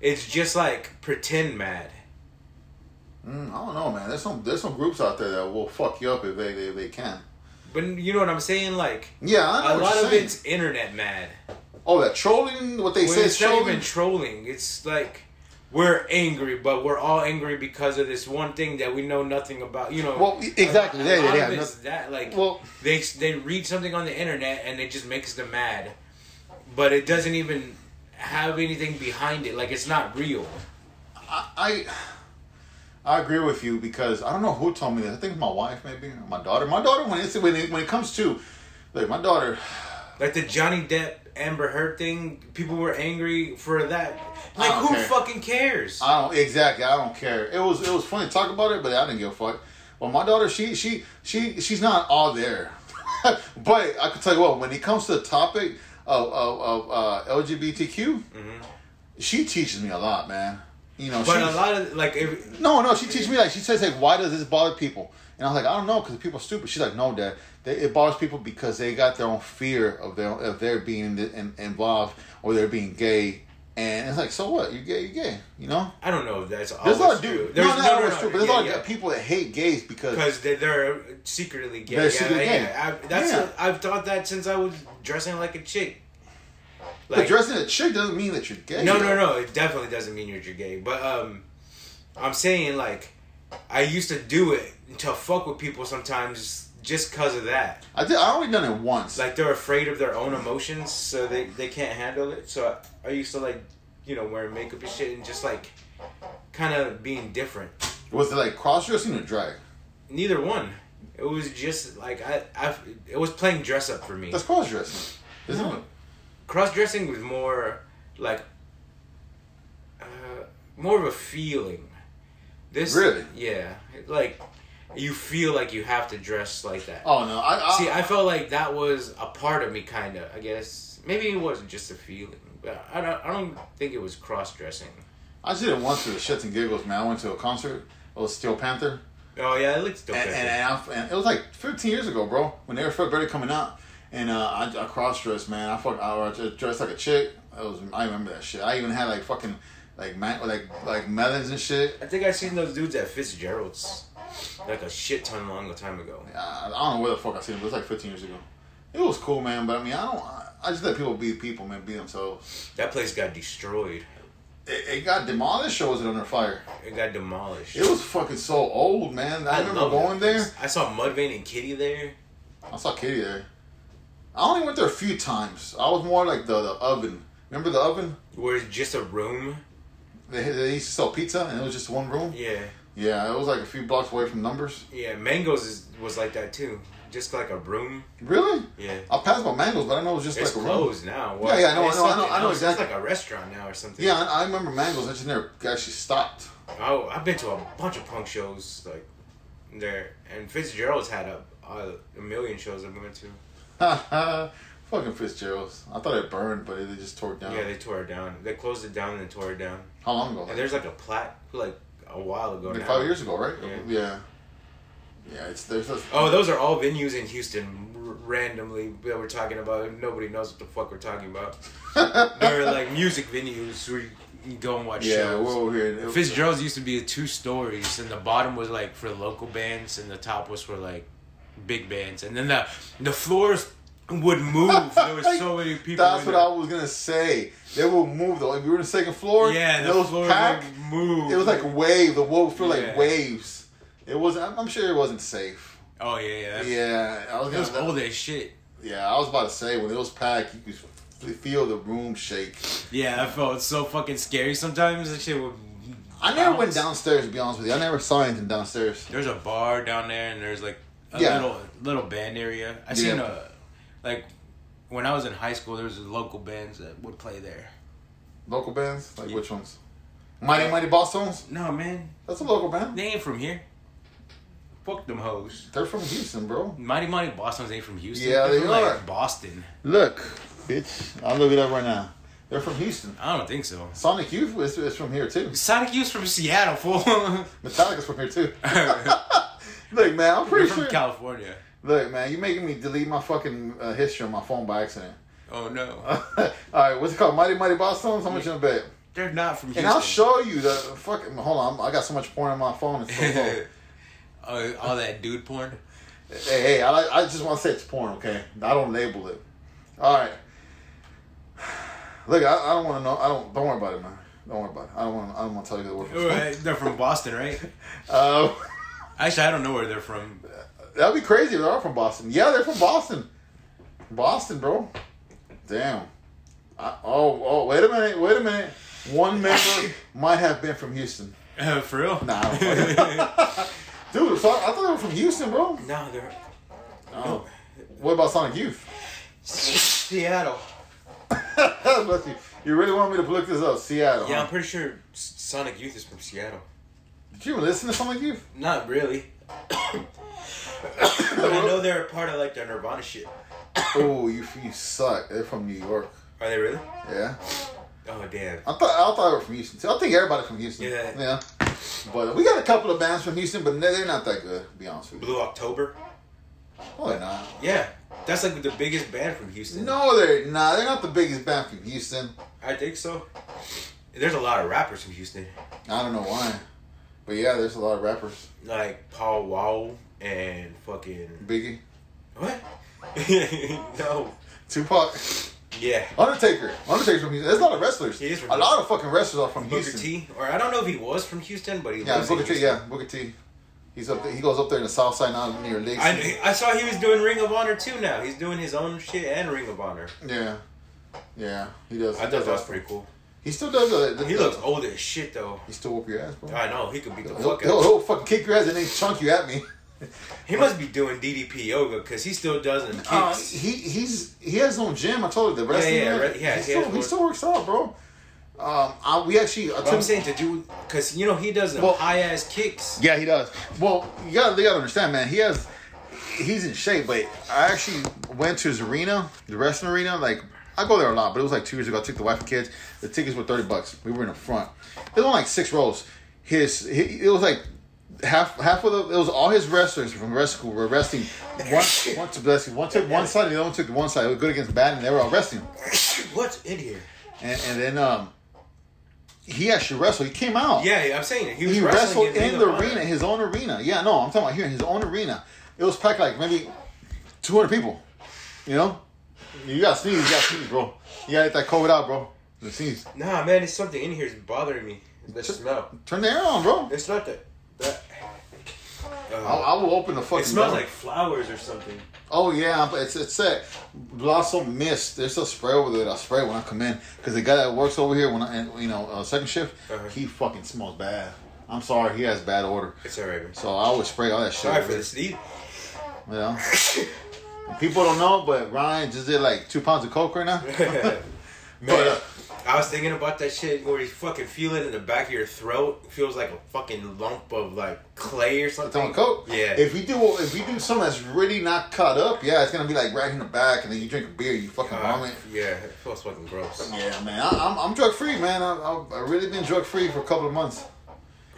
D: It's just like pretend mad.
E: Mm, I don't know, man. There's some there's some groups out there that will fuck you up if they if they can.
D: But you know what I'm saying? Like,
E: Yeah, I
D: a
E: know what
D: lot
E: you're
D: of
E: saying.
D: it's internet mad.
E: oh that trolling. What they
D: When
E: say is
D: it's not
E: trolling.
D: even trolling. It's like we're angry, but we're all angry because of this one thing that we know nothing about. You know,
E: Well, e- exactly.
D: A, a
E: Yeah, yeah,
D: lot
E: yeah.
D: of it's that like
E: Well-
D: they they read something on the internet and it just makes them mad, but it doesn't even have anything behind it. Like it's not real.
E: I I agree with you because I don't know who told me this. I think my wife maybe or my daughter. My daughter when it's when it, when it comes to like my daughter.
D: Like the Johnny Depp Amber Heard thing, people were angry for that. Like
E: don't
D: who
E: care.
D: fucking cares?
E: I don't exactly. I don't care. It was it was funny to talk about it, but I didn't give a fuck. Well, my daughter, she she she she's not all there, but I can tell you what. When it comes to the topic of of, of uh, LGBTQ, she teaches me a lot, man. You know,
D: Mm-hmm. but
E: she's-
D: a lot of like if,
E: No, no, she teaches me like she says like why does this bother people? And I was like I don't know because people are stupid. She's like no, dad, they, it bothers people because they got their own fear of their of their being in, involved or they're being gay. And it's like so what? You gay? You gay? You know?
D: I don't know if that's always
E: There's a lot of
D: Oh, true.
E: dudes. No,
D: There's
E: not
D: no, no,
E: always
D: no,
E: true, but there's a
D: yeah,
E: lot
D: yeah.
E: of people that hate gays because
D: because they're, they're secretly gay.
E: They're
D: yeah,
E: secretly
D: yeah,
E: gay.
D: yeah. I, that's
E: Yeah.
D: I've thought that since I was dressing like a chick.
E: but dressing a chick doesn't mean that you're gay.
D: no, no, no. It definitely doesn't mean you're gay. But um, I'm saying like, I used to do it to fuck with people sometimes just because of that.
E: I did. I only done it once.
D: Like they're afraid of their own emotions, so they they can't handle it. So I, I used to like, you know, wearing makeup and shit, and just like, kind of being different.
E: was it like cross dressing or drag?
D: Neither one. It was just like I, I it was playing dress up for me.
E: That's cross dressing, isn't it?
D: cross dressing was more like uh, more of a feeling. This
E: Really?
D: yeah, like you feel like you have to dress like that.
E: Oh no, I, I
D: See, I felt like that was a part of me, kind of. I guess maybe it wasn't just a feeling, but I don't. I don't think it was cross dressing.
E: I did it once for the shits and giggles, man. I went to a concert. It was Steel Panther.
D: Oh yeah, it looked still
E: and, and, and, I, and it was like 15 years ago, bro, when they were first barely coming out. And uh, I, I cross dressed, man. I fuck, I was dressed like a chick. I was, I remember that shit. I even had like fucking, like man, like like melons and shit.
D: I think I seen those dudes at Fitzgerald's like a shit ton long time ago.
E: Uh, I don't know where the fuck I seen it, but it was like 15 years ago. It was cool, man. But I mean, I don't. I, I just let people be people, man. Be themselves.
D: That place got destroyed.
E: it, it got demolished or was it under fire?
F: It got demolished.
E: It was fucking so old, man. I, remember
F: love that
E: going
F: place.
E: there.
F: I saw Mudvayne and Kitty there.
E: I saw Katie there. I only went there a few times. I was more like the, the oven. Remember the oven?
F: Where it's just a room.
E: They, they used to sell pizza and it was just one room.
F: Yeah,
E: Yeah, it was like a few blocks away from Numbers.
F: yeah. Mangoes is, was like that too. Just like a room.
E: Really?
F: Yeah.
E: I passed by Mangoes, but I know it was just
F: It's
E: like a room.
F: closed now. Well,
E: Yeah, yeah, I know, I
F: it's
E: know, I
F: something
E: know, I know
F: else. It's
E: exactly.
F: like a restaurant now or something.
E: Yeah, I, I remember Mangoes. I just never actually stopped.
F: Oh, I've been to a bunch of punk shows like there, and Fitzgerald's had a a, a million shows I've been to.
E: Fucking Fitzgerald's. I thought it burned, but they just tore it down.
F: Yeah, they tore it down. They closed it down and tore it down.
E: How long ago?
F: And there's like a plaque like a while ago.
E: like
F: now.
E: five years ago, right?
F: Yeah.
E: Yeah. Yeah, it's there's a,
F: Oh, those are all venues in Houston r- randomly that we're talking about. Nobody knows what the fuck we're talking about. They're like music venues where you
D: You go and watch
E: yeah,
D: shows.
E: we're over here.
D: oh, Fitzgerald's used to be two stories, and the bottom was like for local bands, and the top was for like big bands, and then the the floors would move. There was so many people.
E: That's
D: in
E: what
D: there.
E: I was gonna say. They will move though. If you were in the second floor,
D: Yeah,
E: and
D: the
E: it was
D: floor
E: packed.
D: would move.
E: It was like a wave. The wall would feel like
D: Yeah.
E: waves. It was. I'm, I'm sure it wasn't safe.
D: oh yeah, yeah. that's-
E: Yeah, I was
D: It was
E: gonna-
D: old as shit.
E: Yeah, I was about to say when it was packed, you could f- feel the room shake.
D: Yeah, I felt so fucking scary sometimes. That shit would.
E: I never went downstairs. To be honest with you, I never saw anything downstairs.
D: There's a bar down there, and there's like a
E: Yeah.
D: little little band area. I
E: Yeah.
D: seen a like when I was in high school. There was local bands that would play there.
E: Local bands, like which ones? Mighty Mighty Boston's.
D: No man,
E: That's a local band.
D: they ain't from here. Fuck them hoes.
E: They're from Houston, bro.
D: Mighty Mighty Boston's ain't from Houston.
E: Yeah,
D: They're
E: they
D: from,
E: are.
D: Like Boston.
E: Look, bitch, I'll look it up right now. They're from Houston.
D: I don't think so.
E: Sonic Youth is, is from here too.
D: Sonic Youth's from Seattle, fool.
E: Metallica's from here too.
D: They're
E: Look, man, I'm pretty
D: from
E: sure.
D: California.
E: Look, man, you're making me delete my fucking uh, history on my phone by accident.
D: Oh no,
E: All right, what's it called? Mighty Mighty Boston's. How much you gonna bet?
D: they're not from Houston.
E: And I'll show you the fucking. Hold on, I got so much porn on my phone. It's so low.
D: Oh, all that dude porn.
E: hey, hey, I, I just want to say it's porn, okay? I don't label it. All right. Look, I, I don't want to know. I don't. Don't worry about it, man. Don't worry about it. I don't want. I don't want to tell you the word.
D: All right, they're from Boston, right?
E: Uh,
D: Actually, I don't know where they're from.
E: that'd be crazy if they are from Boston. Yeah, they're from Boston. Boston, bro. Damn. I, oh, oh, wait a minute. Wait a minute. One member might have been from Houston.
D: Uh, for real?
E: Nah, I don't fucking- dude. So I, I thought they were from Houston, bro.
F: no, they're
E: Oh. What about Sonic Youth?
F: Seattle.
E: Bless you. You really want me to look this up? Seattle.
F: Yeah,
E: huh?
F: I'm pretty sure S- Sonic Youth is from Seattle.
E: Did you even listen to Sonic Youth?
F: Not really. but I know they're a part of like the Nirvana shit.
E: oh, you you suck. They're from New York.
F: Are they really?
E: Yeah.
F: Oh damn.
E: I thought I thought they were from Houston too. I think everybody's from Houston.
F: Yeah.
E: Yeah. But we got a couple of bands from Houston, but they're they're not that good. To be honest with you.
F: Blue October.
E: No, they're not.
F: Yeah, that's like the biggest band from Houston.
E: No, they're not. They're not the biggest band from Houston.
F: I think so. There's a lot of rappers from Houston,
E: I don't know why. But yeah, there's a lot of rappers.
F: like Paul Wall and fucking
E: Biggie,
F: what? no.
E: Tupac,
F: Yeah.
E: Undertaker. Undertaker's from Houston. There's a lot of wrestlers.
F: He is from
E: a lot of fucking wrestlers are from
F: Booker
E: Houston.
F: T, or I don't know if he was from Houston, but he
E: Yeah,
F: lives in
E: Booker T.
F: Houston.
E: Yeah, Booker T. He's up. There, he goes up there in the South Side now near Lake. City.
F: I, I saw he was doing Ring of Honor too. Now he's doing his own shit and Ring of Honor.
E: Yeah, yeah. He does.
F: I
E: he
F: thought
E: does
F: that was pretty cool.
E: He still does that.
F: He looks old as shit though.
E: He still whoop your ass, bro.
F: I know he could beat the
E: He'll,
F: fuck
E: he'll,
F: out.
E: he'll fucking kick your ass and then chunk you at me.
F: He must be doing DDP yoga because he still does them
E: Uh,
D: Oh.
F: kicks.
E: he he's he has his own gym. I told you the wrestling.
F: yeah,
E: man,
F: re- yeah,
E: He
F: he
E: still,
F: has
E: he
F: one.
E: still works out, bro. Um, I, we actually. I
F: But
E: took-
F: I'm saying to do because you know he does them
E: Well-
F: high ass kicks.
E: Yeah, he does. Well, you gotta, you gotta understand, man. He has, he's in shape. But I actually went to his arena, the wrestling arena. Like I go there a lot, but it was like two years ago. I took the wife and kids. The tickets were thirty bucks. We were in the front. It was only like six rows. His, he, it was like half, half of the. It was all his wrestlers from wrestling school were wrestling. One, one took bless you, One took one side, and the other one took one side. It was good against bad, and they were all wrestling.
F: What's in here?
E: And, and then um, he actually wrestled. He came out
F: Yeah, yeah, I'm saying it. He, was
E: he
F: wrestling
E: wrestled in
F: Ring
E: the
F: of Honor.
E: arena, his own arena. Yeah, no, I'm talking about here in his own arena. It was packed like maybe 200 people. You know, you got to sneeze, you got to sneeze, bro. You got to get that COVID out, bro. The seeds.
F: Nah, man, it's something in here is bothering me. The smell.
E: Turn the air on, bro.
F: It's not the. the uh,
E: I, I will open the fucking.
F: it smells
E: door.
F: like flowers or something.
E: Oh yeah, but it's it's that blossom mist. There's a spray over there. that I spray when I come in because the guy that works over here when I and, you know uh, second shift,
F: Uh-huh.
E: he fucking smells bad. I'm sorry, he has bad order.
F: It's alright, man.
E: So I always spray all that shit.
F: Sorry
E: over
F: for
E: there.
F: the sneeze.
E: You know? People don't know, but Ryan just did like two pounds of coke right now.
F: man,
E: But, uh,
F: I was thinking about that shit where you fucking feel it in the back of your throat. It feels like a fucking lump of like clay or something.
E: Throwing coke.
F: Yeah.
E: If you do if you do something that's really not cut up, yeah, it's gonna be like right in the back, and then you drink a beer, you fucking
F: Uh,
E: vomit.
F: yeah, it feels fucking gross.
E: Yeah, man, I, I'm I'm drug free, man. I, I've I've really been drug free for a couple of months.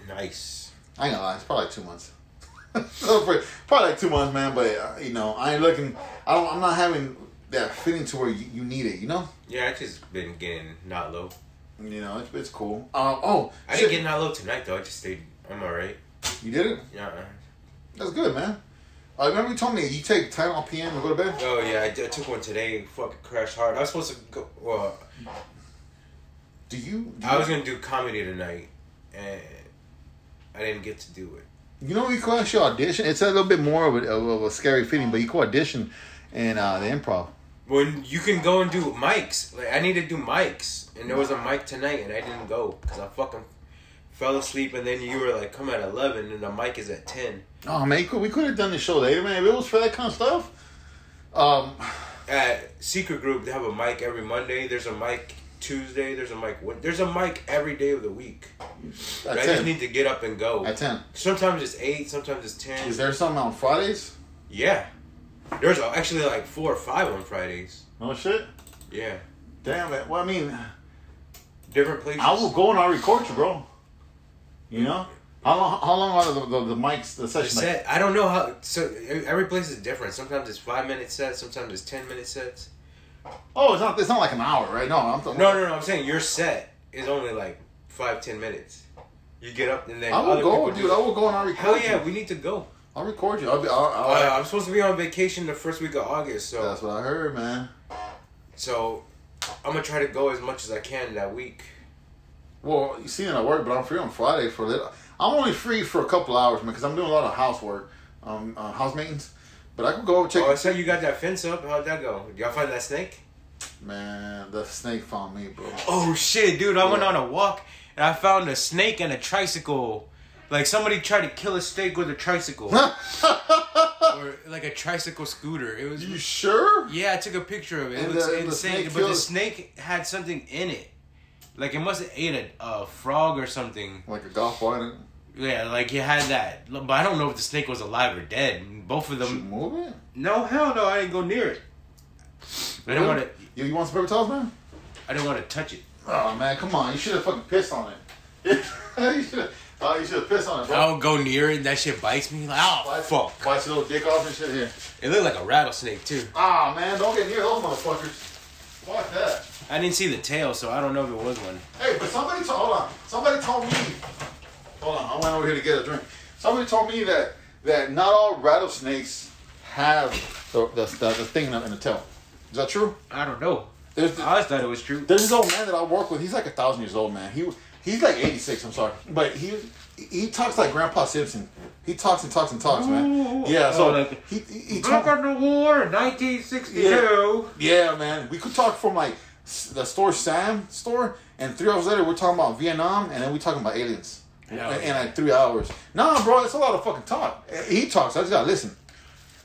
F: Nice.
E: I ain't gonna lie, it's probably like two months. So, for- probably like two months, man. But uh, you know, I ain't looking. I don't. I'm not having that feeling to where you, you need it. You know.
F: Yeah, I just been getting not low.
E: You know, it's, it's cool. Uh, oh,
F: I
E: shit.
F: didn't get not low tonight though. I just stayed. I'm alright.
E: you did it.
F: Yeah. uh,
E: That's good, man. Uh, remember you told me you take time off PM and go to bed.
F: Oh yeah, I, did- I took one today. Fucking crashed hard. I was supposed to go. Well,
E: Do you? do
F: I
E: you-
F: was gonna do comedy tonight, and I didn't get to do it.
E: You know what you call that shit audition? It's a little bit more of a, of a- of a scary feeling, but you call audition and uh, the improv.
F: When you can go and do mics, like I need to do mics, and there was a mic tonight, and I didn't go because I fucking fell asleep, and then you were like, "Come at 11, and the mic is at 10.
E: Oh man, you could, we could have done the show later, man. If it was for that kind of stuff. Um,
F: At Secret Group, they have a mic every Monday. There's a mic Tuesday. There's a mic. Wed- There's a mic every day of the week.
E: at
F: I just
E: ten.
F: need to get up and go.
E: At ten.
F: Sometimes it's eight. Sometimes it's ten.
E: Is there something on Fridays?
F: Yeah. There's actually like four or five on Fridays.
E: No shit.
F: Yeah.
E: Damn it. Well, I mean,
F: Different places.
E: I will go and I'll record you, bro. You know. How long? How long are the the, the mics? The
F: The
E: session? like?
F: set. I don't know how. So every place is different. Sometimes it's five minute sets. Sometimes it's ten minute sets.
E: Oh, it's not. It's not like an hour, right? No, I'm.
F: No, no, no. I'm saying your set is only like five ten minutes. You get up and then.
E: I will
F: other
E: go,
F: people
E: dude. I will go and I'll record
F: Hell
E: you.
F: yeah, we need to go.
E: I'll record you. I'll be. I'll, I'll,
F: Uh, I'm supposed to be on vacation the first week of August, so
E: that's what I heard, man.
F: so I'm gonna try to go as much as I can that week.
E: Well, you see, it at work, but I'm free on Friday for a little. I'm only free for a couple hours, man, because I'm doing a lot of housework, um, uh, house maintenance. But I could go check.
F: Oh, I saw you got that fence up. How'd that go? Did y'all find that snake?
E: Man, the snake found me, bro.
D: Oh shit, dude! I went
E: Yeah.
D: on a walk and I found a snake and a tricycle. Like somebody tried to kill a snake with a tricycle, or like a tricycle scooter. It was
E: You sure?
D: yeah. I took a picture of it. It
E: And
D: looks
E: the- and the
D: insane.
E: snake
D: but the
E: killed-
D: snake had something in it. Like it must have ate a, a frog or something.
E: Like a golf ball. didn't
D: Yeah, like it had that. But I don't know if the snake was alive or dead. Both of
E: You
D: them.
E: move it.
D: No, hell no! I didn't go near it. I didn't want to.
E: You, you want some paper towels, man?
D: I didn't want to touch it.
E: Oh man, come on! You should have fucking pissed on it. you should have. Oh, you should have pissed on it, bro.
D: I don't go near it and that shit bites me. Like, oh,
E: Wipe-
D: fuck.
E: Wipe your little dick off and shit here.
D: It looked like a rattlesnake too.
E: Ah man, don't get near those motherfuckers. Fuck that.
D: I didn't see the tail, so I don't know if it was one.
E: Hey, but somebody told hold on. Somebody told me. Hold on, I went over here to get a drink. Somebody told me that that not all rattlesnakes have the the, the, the thing in the, in the tail. Is that true?
D: I don't know.
E: There's
D: I always thought it was true.
E: there's this old man that I work with. He's like a thousand years old, man. He he's like eighty six. I'm sorry, but he he talks like Grandpa Simpson. He talks and talks and talks, man. Yeah, so
D: Oh, like-
E: he he, he talk-
D: the war in 1962.
E: Yeah, man. We could talk from like s- the store Sam store, and three hours later we're talking about Vietnam, and then we're talking about aliens.
D: Yeah.
E: In, in like three hours. Nah, bro, it's a lot of fucking talk. Eh, He talks. I just gotta listen.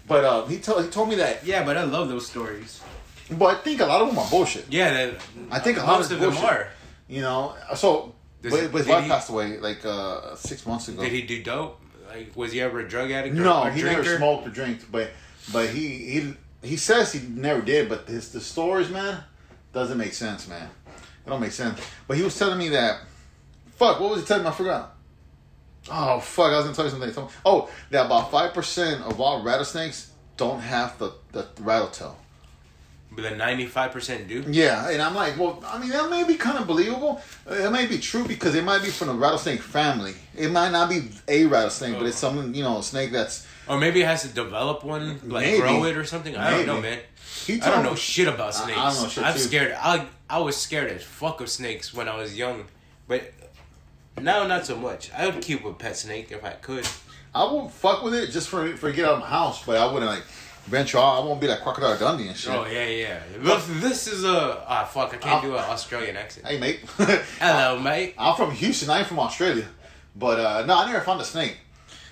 E: But uh, he tell he told me that.
D: Yeah, but I love those stories.
E: But I think a lot of them are bullshit.
D: Yeah, that,
E: I think a lot
D: most
E: of
D: of
E: bullshit.
D: them are.
E: You know, so.
D: Does
E: but
D: he-
E: but his
D: did
E: wife
D: he-
E: passed away like uh, six months ago.
D: Did he do dope? Like, was he ever a drug addict? Or
E: No,
D: a
E: he
D: drinker?
E: never smoked or drank, but but he he he says he never did, but his the stories, man, doesn't make sense, man. It don't make sense. But he was telling me that fuck, what was he telling me? I forgot. Oh fuck, I was gonna tell you something. Tell me- Oh, that about five percent of all rattlesnakes don't have the, the rattle tail.
D: But the ninety five percent do.
E: Yeah, and I'm like, well, I mean, that may be kind of believable. Uh, It may be true because it might be from the rattlesnake family. It might not be a rattlesnake,
D: Oh.
E: but it's some you know snake that's.
D: Or maybe it has to develop one, like
E: Maybe.
D: grow it or something. I don't know,
E: Maybe.
D: man.
E: He
D: I don't
E: told-
D: know shit about
E: I- I
D: snakes.
E: don't
D: I,
E: know shit
D: am
E: too.
D: scared. I I was scared as fuck of snakes when I was young, but now not so much. I would keep a pet snake if I could.
E: I will fuck with it just for for get out of my house, but I wouldn't like venture out. I won't be like crocodile Dundee and shit.
D: Oh yeah, yeah. Look, this is a ah fuck. I can't do an Australian accent.
E: Hey mate,
D: Hello, mate.
E: I'm from Houston. I ain't from Australia, but uh, no, I never found a snake.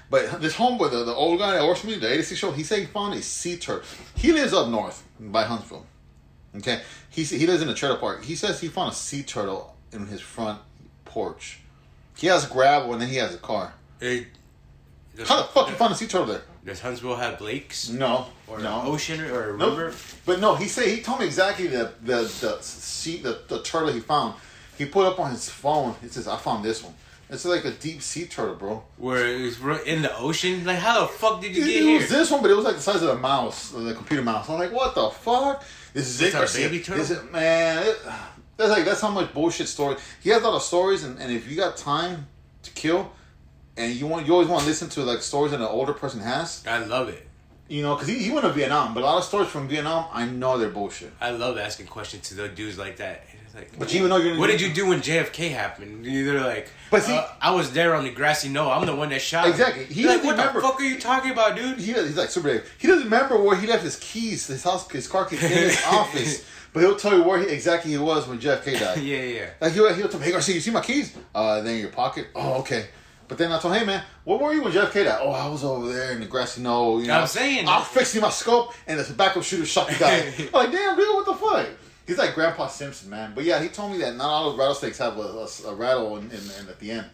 E: But this homeboy, the, the old guy that works for me, the ADC show, he said he found a sea turtle. He lives up north by Huntsville. Okay, he s- he lives in a trailer park. He says he found a sea turtle in his front porch. He has gravel and then he has a car.
D: Hey, does,
E: How the fuck you found a sea turtle there?
D: does Huntsville have lakes
E: No,
D: or
E: no.
D: an ocean or a
E: No,
D: river?
E: But no, he said he told me exactly the the the sea the, the turtle he found. He put up on his phone. It says, "I found this one." It's like a deep sea turtle, bro.
D: Where it's ri- in the ocean? Like how the fuck did you
E: It,
D: get
E: it
D: here?
E: was this one, but it was like the size of a mouse, uh, the computer mouse. I'm like, what the fuck? This is
D: It's
E: it,
D: a
E: Garcia.
D: baby turtle?
E: This is- man. It, that's like that's how much bullshit story. He has a lot of stories, and, and if you got time to kill, and you want you always want to listen to like stories that an older person has,
D: I love it.
E: you know, because he, he went to Vietnam, but a lot of stories from Vietnam, I know they're bullshit.
D: I love asking questions to those dudes like that. It's like,
E: But you even know you're.
D: what did you do when JFK happened? They're like,
E: But see-
D: uh, I was there on the grassy knoll. I'm the one that shot. him.
E: Exactly. He
D: They're like,
E: doesn't
D: what
E: remember-
D: the fuck are you talking about, dude?
E: he, he's like super. He doesn't remember where he left his keys, his house, his car keys in his office, but he'll tell you where he, exactly he was when Jeff K died.
D: yeah, yeah, yeah.
E: Like he'll, he'll tell me, "Hey Garcia, you see my keys? Uh, they in your pocket? Oh, okay." But then I told him, "Hey man, where were you when Jeff K died? Oh, I was over there in the grassy knoll. You know,
D: I'm saying-
E: I'm fixing my scope, and the backup shooter shot the guy. I'm like, damn, dude, what the fuck?" He's like Grandpa Simpson, man. But yeah, he told me that not all the rattlesnakes have a, a, a rattle in, in, in at the end,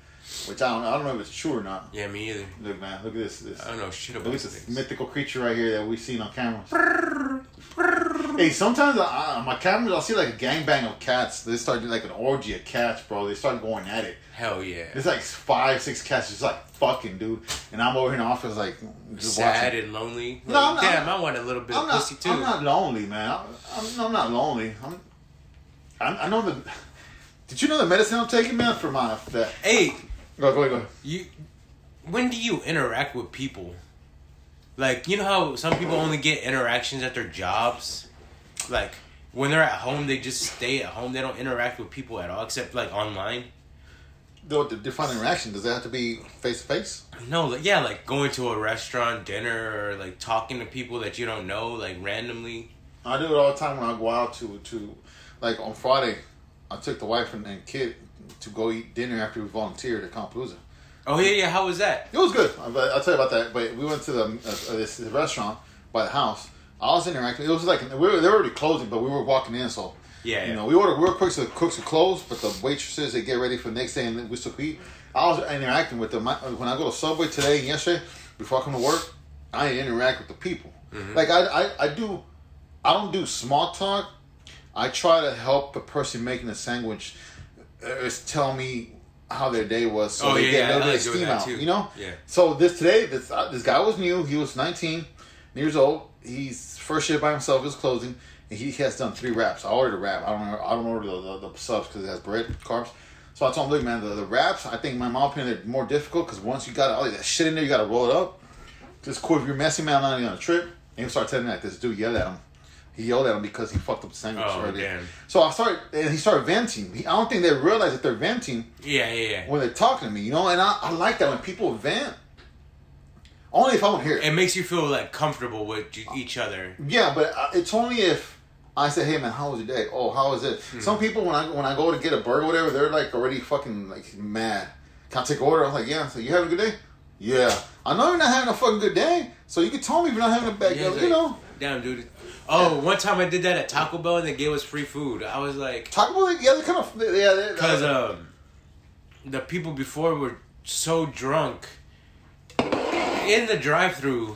E: which I don't, I don't know if it's true or not.
D: Yeah, me either.
E: Look, man, look at this. this.
D: I don't know shit
E: Look
D: about
E: at this
D: things.
E: mythical creature right here that we've seen on cameras. hey, sometimes I, on my cameras I'll see like a gangbang of cats. They start doing like an orgy of cats, bro. They start going at it.
D: Hell yeah.
E: There's like five, six cats just like fucking, dude. And I'm over in the office like just
D: Sad
E: watching.
D: and lonely.
E: No, I'm
D: Like,
E: not-
D: damn, I want a little bit
E: I'm
D: of pussy
E: not,
D: too.
E: I'm not lonely, man. I'm, I'm, I'm not lonely. I'm, I, I know the. Did you know the medicine I'm taking, man, for my that?
D: hey,
E: Go, go, go.
D: you when do you interact with people like you know how some people only get interactions at their jobs like when they're at home they just stay at home they don't interact with people at all except like online
E: The, the defined interaction does that have to be face to face?
D: no like yeah like going to a restaurant dinner or like talking to people that you don't know like randomly
E: I do it all the time when I go out to to like on Friday. I took the wife and, and kid to go eat dinner after we volunteered at Compalooza.
D: oh yeah yeah how was that
E: It was good. I- but I'll tell you about that. But we went to the uh, uh, this this restaurant by the house. I was interacting. It was like we were, they were already closing, but we were walking in. So
D: Yeah,
E: you
D: yeah.
E: know, we ordered real quick. So the cooks were closed, but the waitresses they get ready for the next day, and then we still could eat. I was interacting with them My- when I go to Subway today and yesterday before I come to work. I interact with the people.
D: Mm-hmm.
E: Like I, I, I do. I don't do small talk. I try to help the person making the sandwich uh, is tell me how their day was, so
D: Oh,
E: they
D: yeah,
E: get
D: yeah,
E: a
D: I
E: little bit
D: like
E: of
D: doing
E: steam
D: that
E: out.
D: too.
E: You know.
D: Yeah.
E: So this today, this uh, this guy was new. He was 19 years old. He's first shift by himself. Is closing. And he has done three wraps. I ordered a wrap. I don't. I don't order the, the, the subs because it has bread carbs. So I told him, look, man, the, the wraps. I think, in my opinion, they're more difficult because once you got all that shit in there, you got to roll it up. Just cool if you're messy, man. I'm not even on a trip. And he started telling me like this dude yelled at him. He yelled at him because he fucked up the sandwich
D: Oh,
E: already.
D: damn.
E: So I started, and he started venting. He, I don't think they realize that they're venting
D: yeah yeah yeah
E: when they're talking to me, you know. And I, I like that when people vent. Only if I don't hear it.
D: it makes you feel like comfortable with you- each other
E: Yeah, but uh, it's only if I say, "Hey man, how was your day? Oh, how was it?"
D: Mm-hmm.
E: Some people when I when I go to get a burger, or whatever, they're like already fucking like mad. Can I take an order? I'm like, "Yeah." So you having a good day? Yeah. I know you're not having a fucking good day, so you can tell me if you're not having a bad
D: Yeah,
E: day.
D: it's like,
E: you know,
D: damn dude oh one time i did that at taco bell and they gave us free food i was like
E: talk about it. Yeah, they kind of yeah. they-
D: Because um, the people before were so drunk in the drive-through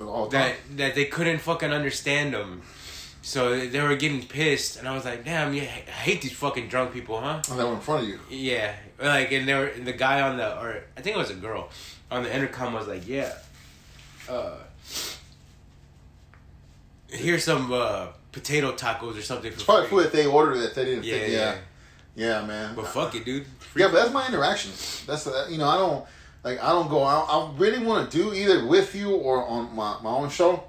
E: Uh-huh. all the
D: that
E: time.
D: that they couldn't fucking understand them. So they were getting pissed, and I was like, "Damn, yeah, I hate these fucking drunk people, huh?"
E: And they were in front of you.
D: Yeah, like, and there, and the guy on the, or I think it was a girl, on the intercom was like, "Yeah, uh, here's some uh, potato tacos or something for
E: Probably
D: free.
E: food that they ordered that they didn't.
D: Yeah,
E: think,
D: yeah.
E: yeah, yeah, man.
D: But fuck it, dude. Free-
E: Yeah, but that's my interaction. That's uh, you know I don't like I don't go. I, I really want to do either with you or on my, my own show.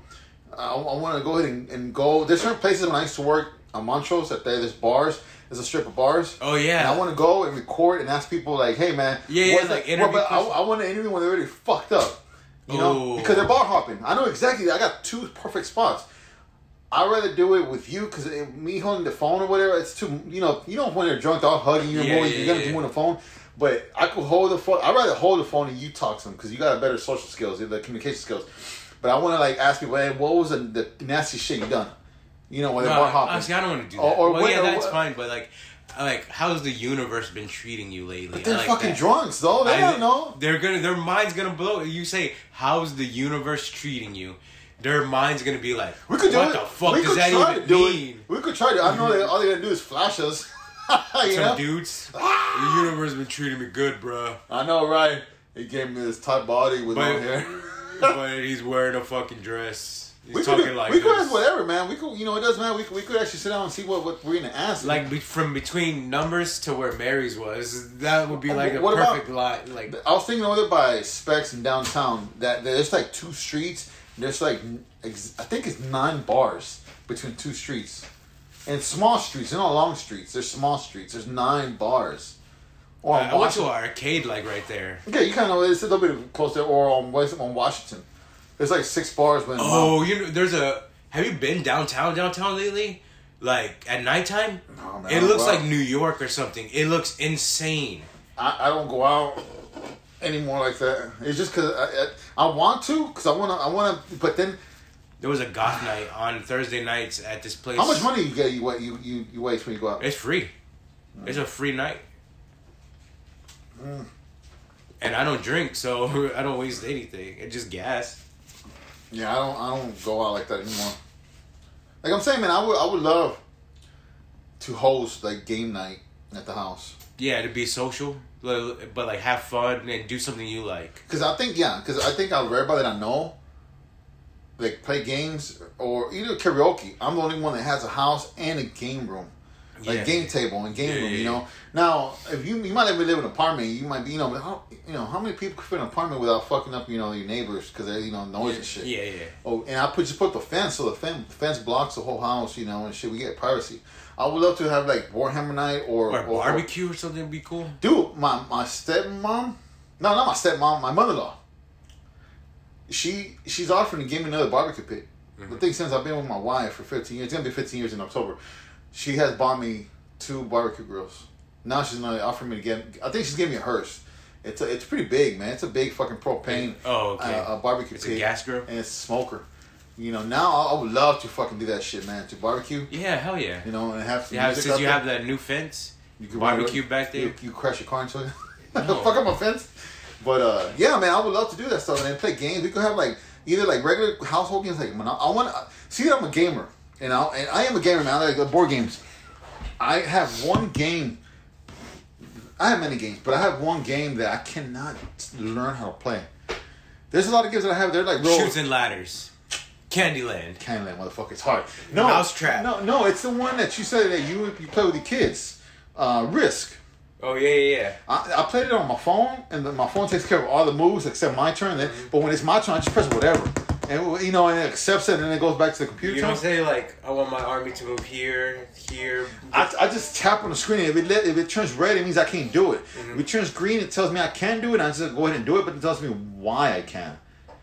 E: I, I want to go ahead and, and go. There's certain places when I used to work on Montrose that there, there's bars. There's a strip of bars.
D: Oh, yeah.
E: And I want to go and record and ask people like, hey man,
D: Yeah, yeah,
E: what's
D: like,
E: that-
D: interview
E: well, but I,
D: questions.
E: I want to interview when they're already fucked up. You know,
D: Ooh.
E: because they're bar hopping. I know exactly. I got two perfect spots. I'd rather do it with you because me holding the phone or whatever, it's too, you know, you don't when they're drunk, they're all hugging you
D: Yeah,
E: more.
D: yeah,
E: you're going to
D: yeah.
E: be on the phone. But I could hold the phone. I'd rather hold the phone and you talk to them because you got a better social skills, the communication skills. But I want to like ask people, hey, what was the, the nasty shit you done? You know, when
D: No,
E: they're bar hopping.
D: honestly, I don't want to do that.
E: Or- or
D: well,
E: what-
D: yeah,
E: or
D: that's
E: what-
D: fine, but like, I like, how's the universe been treating you lately?
E: they're
D: I like
E: fucking
D: that.
E: drunks though. They
D: I-
E: don't know.
D: They're gonna. Their mind's gonna blow. You say, "How's the universe treating you?" Their mind's gonna be like,
E: We could do
D: "What
E: it.
D: the fuck
E: we
D: does
E: could
D: that
E: try
D: even
E: to do
D: mean?"
E: it. We could try to. I know that all they're gonna do is flash us. you
D: Some
E: know?
D: dudes, the universe been treating me good, bruh.
E: I know, right? He gave me this tight body with
D: But-
E: no hair.
D: But he's wearing a fucking dress. He's
E: We could,
D: talking
E: do-
D: like
E: we could
D: this.
E: ask whatever, man. We could, you know, it doesn't matter. We could, we could actually sit down and see what, what we're gonna ask.
D: Like be, from between numbers to where Mary's was, that would be like a
E: Uh, What about-
D: perfect lot. Like uh,
E: I was thinking over there by Specs in downtown that there's like two streets. And there's like ex- I think it's nine bars between two streets, and small streets. They're not long streets. They're small streets. There's nine bars. Oh, Or on
D: I went to
E: Washington-
D: an arcade like right there.
E: Okay, you kind of it's a little bit close there, or um, on West on Washington. There's like six bars. When
D: Oh, you know, there's a. Have you been downtown downtown lately? Like at nighttime,
E: No, Oh, man,
D: it looks
E: well-
D: like New York or something. It looks insane.
E: I, I don't go out anymore like that. It's just because I, I, I want to, because I want to, I want to. But then,
D: There was a goth night on Thursday nights at this place.
E: how much money you get? You wa- you you, you waste when you go out?
D: It's free. It's a free night.
E: Mm.
D: And I don't drink, so I don't waste anything. It's just gas.
E: Yeah, I don't, I don't go out like that anymore. Like I'm saying, man, I would, I would love to host like game night at the house.
D: Yeah, to be social, li- but like have fun and do something you like.
E: Cause I think yeah, cause I think out of everybody that I know, like play games or either karaoke. I'm the only one that has a house and a game room, like
D: Yeah.
E: game table and game
D: Yeah,
E: room.
D: yeah,
E: You
D: yeah.
E: know. Now, if you you might even live in an apartment, you might be you know but how, you know how many people can fit in an apartment without fucking up you know your neighbors because they're you know noise and shit.
D: Yeah, yeah.
E: Oh, and I put just put up a fence so the fence, fence blocks the whole house, you know, and shit. We get privacy. I would love to have like Warhammer night or
D: Or barbecue or something would be cool.
E: Dude, my my stepmom, no, not my stepmom, my mother in law. She she's offering to give me another barbecue pit.
D: Mm-hmm.
E: The thing since I've been with my wife for fifteen years, it's gonna be fifteen years in October. She has bought me two barbecue grills. Now she's gonna offer me to get. I think she's giving me a hearse. It's a, it's pretty big, man. It's a big fucking propane.
D: Oh, okay.
E: Uh, a barbecue
D: It's a
E: pit.
D: gas grill?
E: and it's a smoker. You know, now I, I would love to fucking do that shit, man. To barbecue,
D: Yeah, hell yeah.
E: you know, and have some
D: You have,
E: music
D: since
E: out
D: you
E: there.
D: have that new fence,
E: You can
D: barbecue
E: run-
D: back there.
E: You, you crash your car into it.
D: No.
E: Fuck up my fence. But uh, yeah, man, I would love to do that stuff and play games. We could have like either like regular household games. Like, man, I want to see that I'm a gamer, you know, and I am a gamer man. I like uh, board games. I have one game. I have many games, but I have one game that I cannot learn how to play. There's a lot of games that I have. They're like real
D: Shoots and ladders, Candyland.
E: Candyland, motherfucker. It's hard. No,
D: Mousetrap.
E: No, no, it's the one that you said that you you play with your kids. Uh, Risk.
F: Oh yeah, yeah, yeah.
E: I, I played it on my phone, and then my phone takes care of all the moves except my turn. Then,
F: Mm-hmm.
E: but when it's my turn, I just press whatever, and you know, and it accepts it, and then it goes back to the computer.
F: You don't
E: turn.
F: say like, I want my army to move here, here.
E: I, I just tap on the screen. If it let, if it turns red, it means I can't do it.
F: Mm-hmm.
E: If it turns green, it tells me I can do it. and I just go ahead and do it, but it tells me why I can.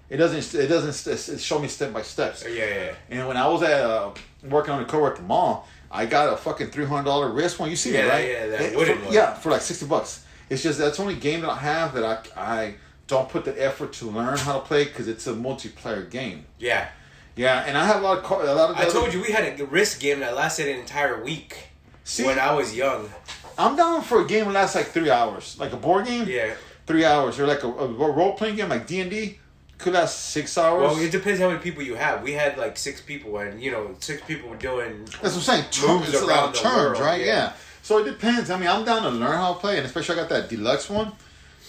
E: It doesn't. It doesn't. s- It show me step by steps.
F: Oh, Yeah, yeah.
E: And when I was at uh, working on the car at the mall, I got a fucking three hundred dollar wrist one. You see
F: Yeah,
E: it, right?
F: yeah, that
E: And
F: wooden
E: for,
F: one.
E: Yeah, for like sixty bucks. It's just that's the only game that I have that I I don't put the effort to learn how to play because it's a multiplayer game.
F: Yeah.
E: Yeah, and I have a lot of car, a lot of.
F: I told you we had a risk game that lasted an entire week
E: See?
F: when I was young.
E: I'm down for a game that lasts like three hours, like a board game.
F: Yeah.
E: Three hours, or like a, a role playing game like D and D, could last six hours.
F: Well, it depends how many people you have. We had like six people, and you know, six people were doing.
E: That's what I'm saying. Terms,
F: Moves
E: it's a lot of
F: around the
E: terms,
F: world,
E: right? Yeah.
F: yeah.
E: So it depends. I mean, I'm down to learn how to play, and especially I got that deluxe one.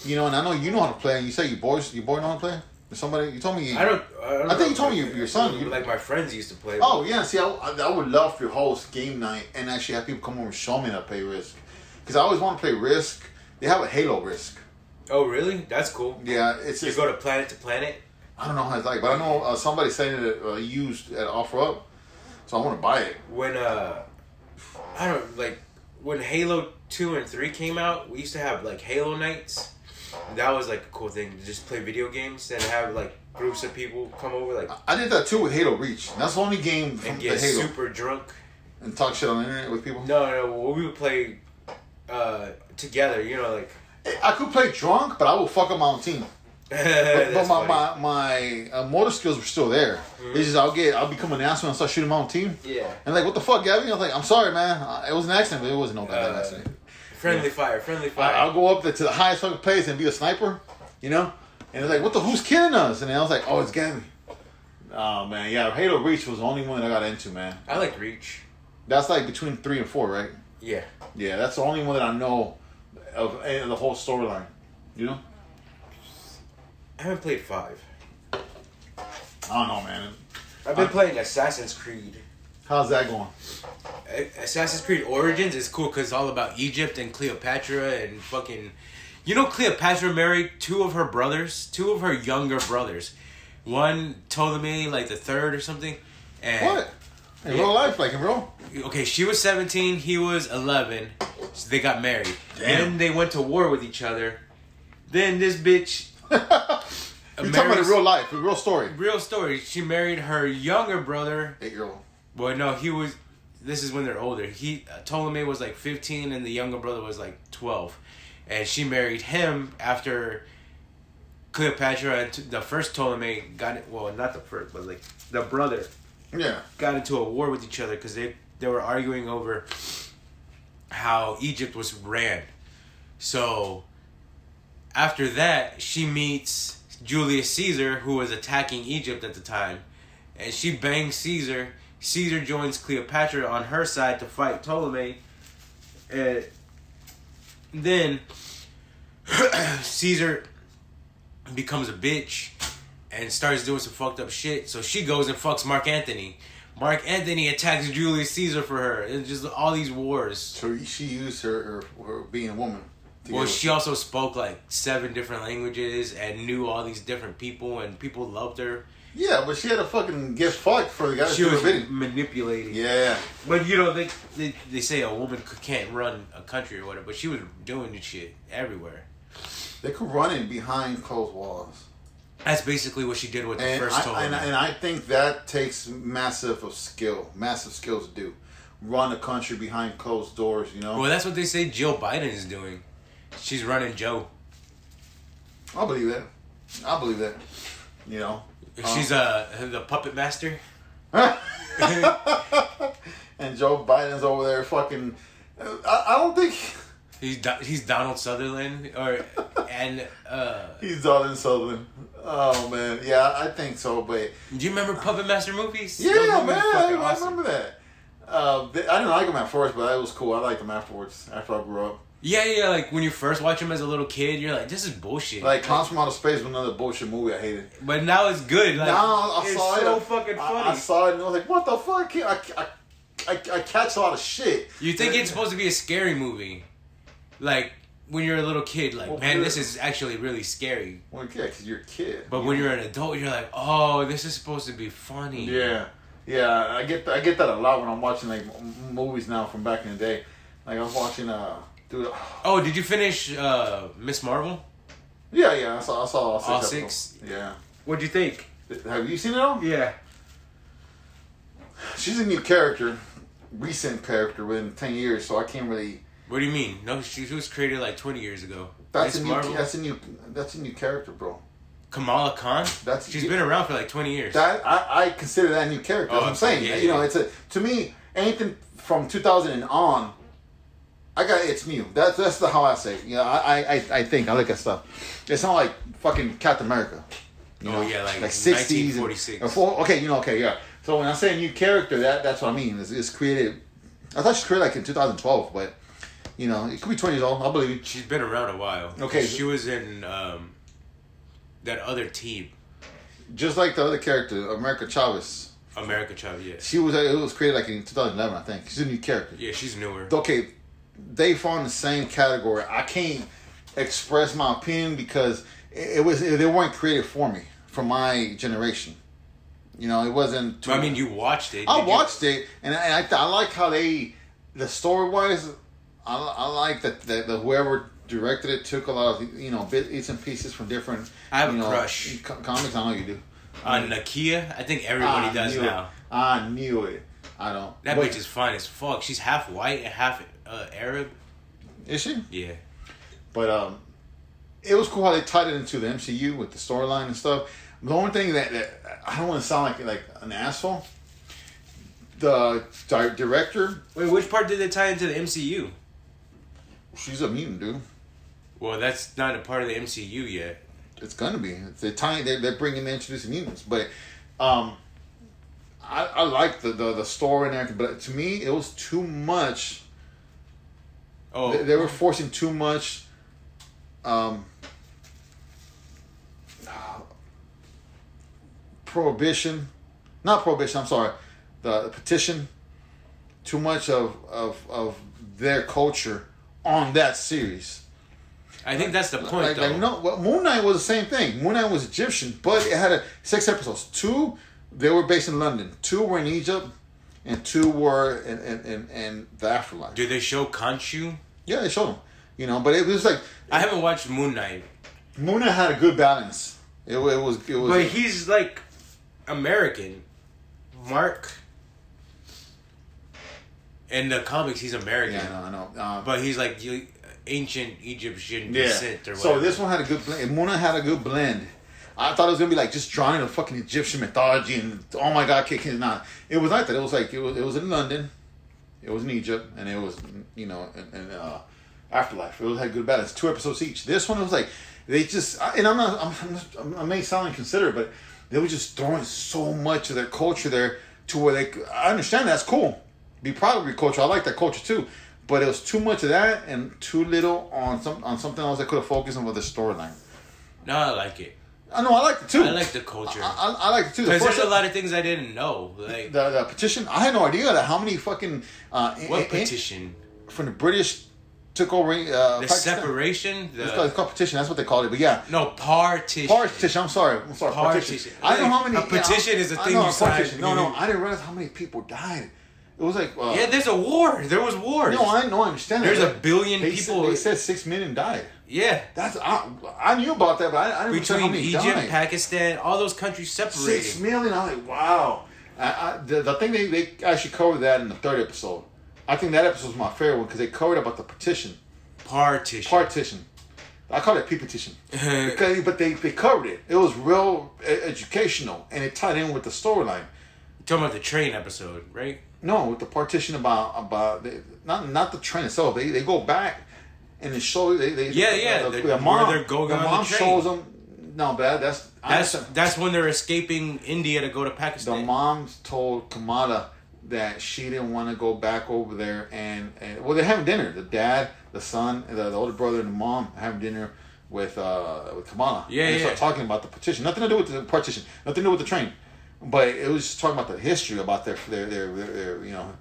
E: You know, and I know you know how to play. And you say you boys, you boy know how to play. Somebody you told me. You,
D: I don't. I, don't
E: I think
D: know.
E: you told me your- your son- you-
D: Like my friends used to play.
E: Oh yeah, see, I, I, I would love to host game night and actually have people come over and show me how to play Risk, because I always want to play Risk. They have a Halo Risk.
D: Oh really? That's cool.
E: Yeah, it's
D: You
E: just
D: go to planet to planet.
E: I don't know how it's like, but I know uh, somebody saying it uh, used at offer up, so I want to buy it.
D: when uh I don't like when Halo two and three came out, we used to have like Halo nights. That was like a cool thing to just play video games and have like groups of people come over like
E: I did that too with Halo Reach. That's the only game from
D: and
E: Uh, the
D: get
E: Halo
D: super drunk.
E: and talk shit on the internet with people.
D: No, no, well, we would play uh together. You know, like
E: I could play drunk, but I will fuck up my own team. But, but
D: that's
E: my,
D: funny. Mm-hmm.
E: my my uh, motor skills were still there. It's just I'll get I'll become an asshole and start shooting my own team.
D: yeah
E: And like, what the fuck, Gabby? I was like, I'm sorry, man. Uh, It was an accident, but it wasn't no bad
D: Uh,
E: accident.
D: friendly fire, friendly
E: I,
D: fire.
E: I'll go up there to the highest fucking place and be a sniper, you know? And they're like, what the, who's kidding us? And I was like, oh, it's Gabby. Oh, man, yeah, Halo Reach was the only one I got into, man.
D: I like Reach.
E: That's like between three and four, right?
D: Yeah,
E: Yeah, that's the only one that I know of eh, the whole storyline, you know?
D: I haven't played five.
E: I don't know, man.
D: I've been playing Assassin's Creed.
E: How's that going?
D: Assassin's Creed Origins is cool because it's all about Egypt and Cleopatra and fucking. You know, Cleopatra married two of her brothers, two of her younger brothers. One Ptolemy, like the third or something. And
E: What? In real life, like in real?
D: Okay, she was 17, he was 11. So they got married.
E: Damn.
D: Then they went to war with each other. Then this bitch.
E: You're talking about in
D: marries-
E: real life, a real story.
D: Real story. She married her younger brother
E: Eight year old.
D: Well, no, he was. This is when they're older. He uh, Ptolemy was like fifteen, and the younger brother was like twelve, and she married him after Cleopatra and t- the first Ptolemy got it. Well, not the first, but like the brother
E: Yeah.
D: got into a war with each other because they they were arguing over how Egypt was ran. So after that, she meets Julius Caesar, who was attacking Egypt at the time, and she bangs Caesar. Caesar joins Cleopatra on her side to fight Ptolemy, and then Caesar becomes a bitch and starts doing some fucked up shit. So she goes and fucks Mark Anthony. Mark Anthony attacks Julius Caesar for her. It's just all these wars.
E: So she used her, her, her being a woman. to
D: Well,
E: get-
D: she also spoke like seven different languages and knew all these different people, and people loved her.
E: Yeah, but she had to fucking get fucked for the guy that
D: She
E: she was
D: was
E: bidding.
D: manipulated.
E: Yeah.
D: But you know, they, they they say a woman c- can't run a country or whatever, but she was doing this shit everywhere.
E: They could run in behind closed walls.
D: That's basically what she did with the
E: And
D: first
E: I,
D: Ptolemy.
E: and, and I think that takes massive of skill, massive skills to do. Run a country behind closed doors, you know?
D: well, that's what they say Jill Biden is doing. She's running Joe.
E: I believe that. I believe that. You know?
D: She's uh, the puppet master.
E: And Joe Biden's over there fucking. I, I don't think
D: He's Do- he's Donald Sutherland or and uh
E: he's Donald Sutherland. Oh, man. Yeah, I think so, but.
D: do you remember Puppet Master movies? Those
E: Yeah,
D: movies were
E: man,
D: fucking
E: I, I
D: awesome.
E: remember that. Uh, th- I didn't like them at first, but it was cool. I liked them afterwards, after I grew up.
D: Yeah, yeah, like when you first watch him as a little kid, you're like, this is bullshit.
E: Like, Clowns from Outer Space was another bullshit movie I hated.
D: but now it's good. Like,
E: Now I,
D: it's
E: saw
D: so
E: it.
D: fucking
E: I-
D: funny.
E: I, saw it and I was like, what the fuck? I, I, I, I catch a lot of shit.
D: you think it's supposed to be a scary movie, like when you're a little kid, like
E: Well,
D: man,
E: we're-
D: this is actually really scary.
E: Well, yeah, because you're a kid.
D: But when you're an adult, you're like, oh, this is supposed to be funny.
E: Yeah, yeah, I get I get that a lot when I'm watching like m- movies now from back in the day. Like I was watching uh, dude.
D: Oh, did you finish uh Miss Marvel?
E: Yeah, yeah, I saw I saw all six.
D: All
E: episodes.
D: six?
E: Yeah.
D: What'd you think?
E: Th- Have you seen it all?
D: Yeah.
E: She's a new character, recent character within ten years, so I can't really.
D: What do you mean? No, she, she was created like 20 years ago. Miss
E: That's a new.
D: Marvel.
E: That's a new. That's a new character, bro.
D: Kamala Khan.
E: That's-
D: she's been around for like twenty years.
E: That I, I consider that a new character.
D: Oh,
E: That's what I'm saying.
D: yeah,
E: you know,
D: yeah.
E: it's a to me anything from 2000 and on. I got it's new. That's that's the how I say. It. You know, I, I I- I think I look at stuff. It's not like fucking Captain America. You
D: Oh,
E: know?
D: yeah, like
E: 60s and-
D: 1946.
E: or four- okay, you know, okay, yeah. So when I say a new character, that that's what I mean. It's, it's created. I thought she was created like in 2012, but you know, it could be 20 years old. I believe. it.
D: she's been around a while.
E: Okay.
D: she was in um, that other team.
E: just like the other character, America Chavez.
D: America Chavez. Yeah.
E: She was it was created like in 2011, I think. She's a new character.
D: Yeah, she's newer.
E: Okay, they fall in the same category. I can't express my opinion because it, it was they weren't created for me for my generation. You know, it wasn't.
D: But, I mean, you watched it.
E: I
D: Did you-
E: watched it, and I, I, I like how they, the story wise, I, I like that the, the whoever directed it took a lot of you know bits and pieces from different.
D: I have a
E: you know,
D: crush.
E: co- comics. I know you do.
D: on Uh, Nakia. I think everybody
E: I
D: does
E: knew
D: now.
E: It. I knew it. I don't.
D: That
E: But-
D: bitch is fine as fuck. She's half white and half uh, Arab.
E: Is she?
D: Yeah.
E: But um, it was cool how they tied it into the MCU with the storyline and stuff. The only thing that, that I don't want to sound like like an asshole. The di- director,
D: Wait, which part did they tie into the MCU?
E: she's a mutant, dude.
D: Well, that's not a part of the MCU yet.
E: It's gonna be. They're tying. They're, they're bringing they're introducing mutants, but um, I I like the, the the story and everything, but to me it was too much.
D: Oh,
E: They, they were forcing too much. Um. Prohibition, not prohibition. I'm sorry, the petition. Too much of of of their culture on that series.
D: I think that's the point,
E: Like,
D: though.
E: like no, well, Moon Knight was the same thing. Moon Knight was Egyptian, but it had a, six episodes. Two, they were based in London. Two were in Egypt, and two were in in, in, in the afterlife.
D: Do they show Khonshu?
E: Yeah, they showed them. You know, but it was like
D: I haven't watched Moon Knight,
E: Moon Knight had a good balance. It, wa- it was it was.
D: but he's like American. Mark. In the comics, he's American,
E: yeah, I know, I know. Um,
D: but he's like you- ancient Egyptian
E: yeah.
D: descent or whatever.
E: So this one had a good blend. Moon Knight had a good blend. I thought it was gonna be like just drawing the fucking Egyptian mythology and oh my god, kicking not. It was like that. It was like it was, it was in London, it was in Egypt, and it was you know in, in uh, afterlife. It was had good balance. Two episodes each. This one was like they just I- and I'm not I'm, I'm just, I'm- I may sound inconsiderate, but they were just throwing so much of their culture there to where they. c- I understand that's cool. Be proud of your culture. I like that culture too. But it was too much of that and too little on some on something else that could have focused on with the storyline.
D: No, I like it.
E: I know I like it too.
D: I like the culture.
E: I, I, I like it too. The
D: Because
E: first
D: there's a lot of things I didn't know. Like,
E: the, the petition. I had no idea that how many fucking uh, in-
D: what
E: in-
D: petition?
E: from the British took over. Uh,
D: The
E: Pakistan.
D: separation?
E: It's called,
D: The,
E: it's called petition. That's what they called it. But yeah,
D: no, partition.
E: partition. I'm sorry. I'm sorry. Partition.
D: Partition.
E: I don't know how many.
D: A petition is a
E: I
D: thing
E: know,
D: you
E: a
D: sign.
E: partition. No, no. I didn't realize how many people died. It was like. Uh,
D: Yeah, there's a war. There was wars.
E: no, I know. I understand.
D: There's
E: that.
D: a billion
E: They
D: people-
E: Said, they said six million died.
D: yeah.
E: That's I. I knew about that, but I, I didn't understand how
D: Between
E: many
D: Egypt,
E: died.
D: Pakistan, all those countries separated.
E: Six million. I'm like, wow. I, I, the, the thing they, they actually covered that in the third episode. I think that episode was my favorite one because they covered about the petition,
D: partition.
E: partition. I call it petition,
D: Uh-huh.
E: because, but they, they covered it. It was real e- educational and it tied in with the storyline.
D: Talking about the train episode, right?
E: No, with the partition about about the, not not the train itself. They they go back and they show they, they
D: Yeah, yeah,
E: The,
D: the-
E: the
D: where
E: mom
D: they're going
E: the
D: on the
E: mom
D: train.
E: shows them. No, but that's I
D: That's
E: understand.
D: that's when they're escaping India to go to
E: the
D: Pakistan.
E: mom told Kamada that she didn't want to go back over there and, and well they're having dinner the dad the son the, the older brother and the mom are having dinner with uh with Kamala
D: Yeah,
E: and they
D: yeah.
E: start talking about the petition nothing to do with the partition nothing to do with the train but it was just talking about the history about their their their, their, their you know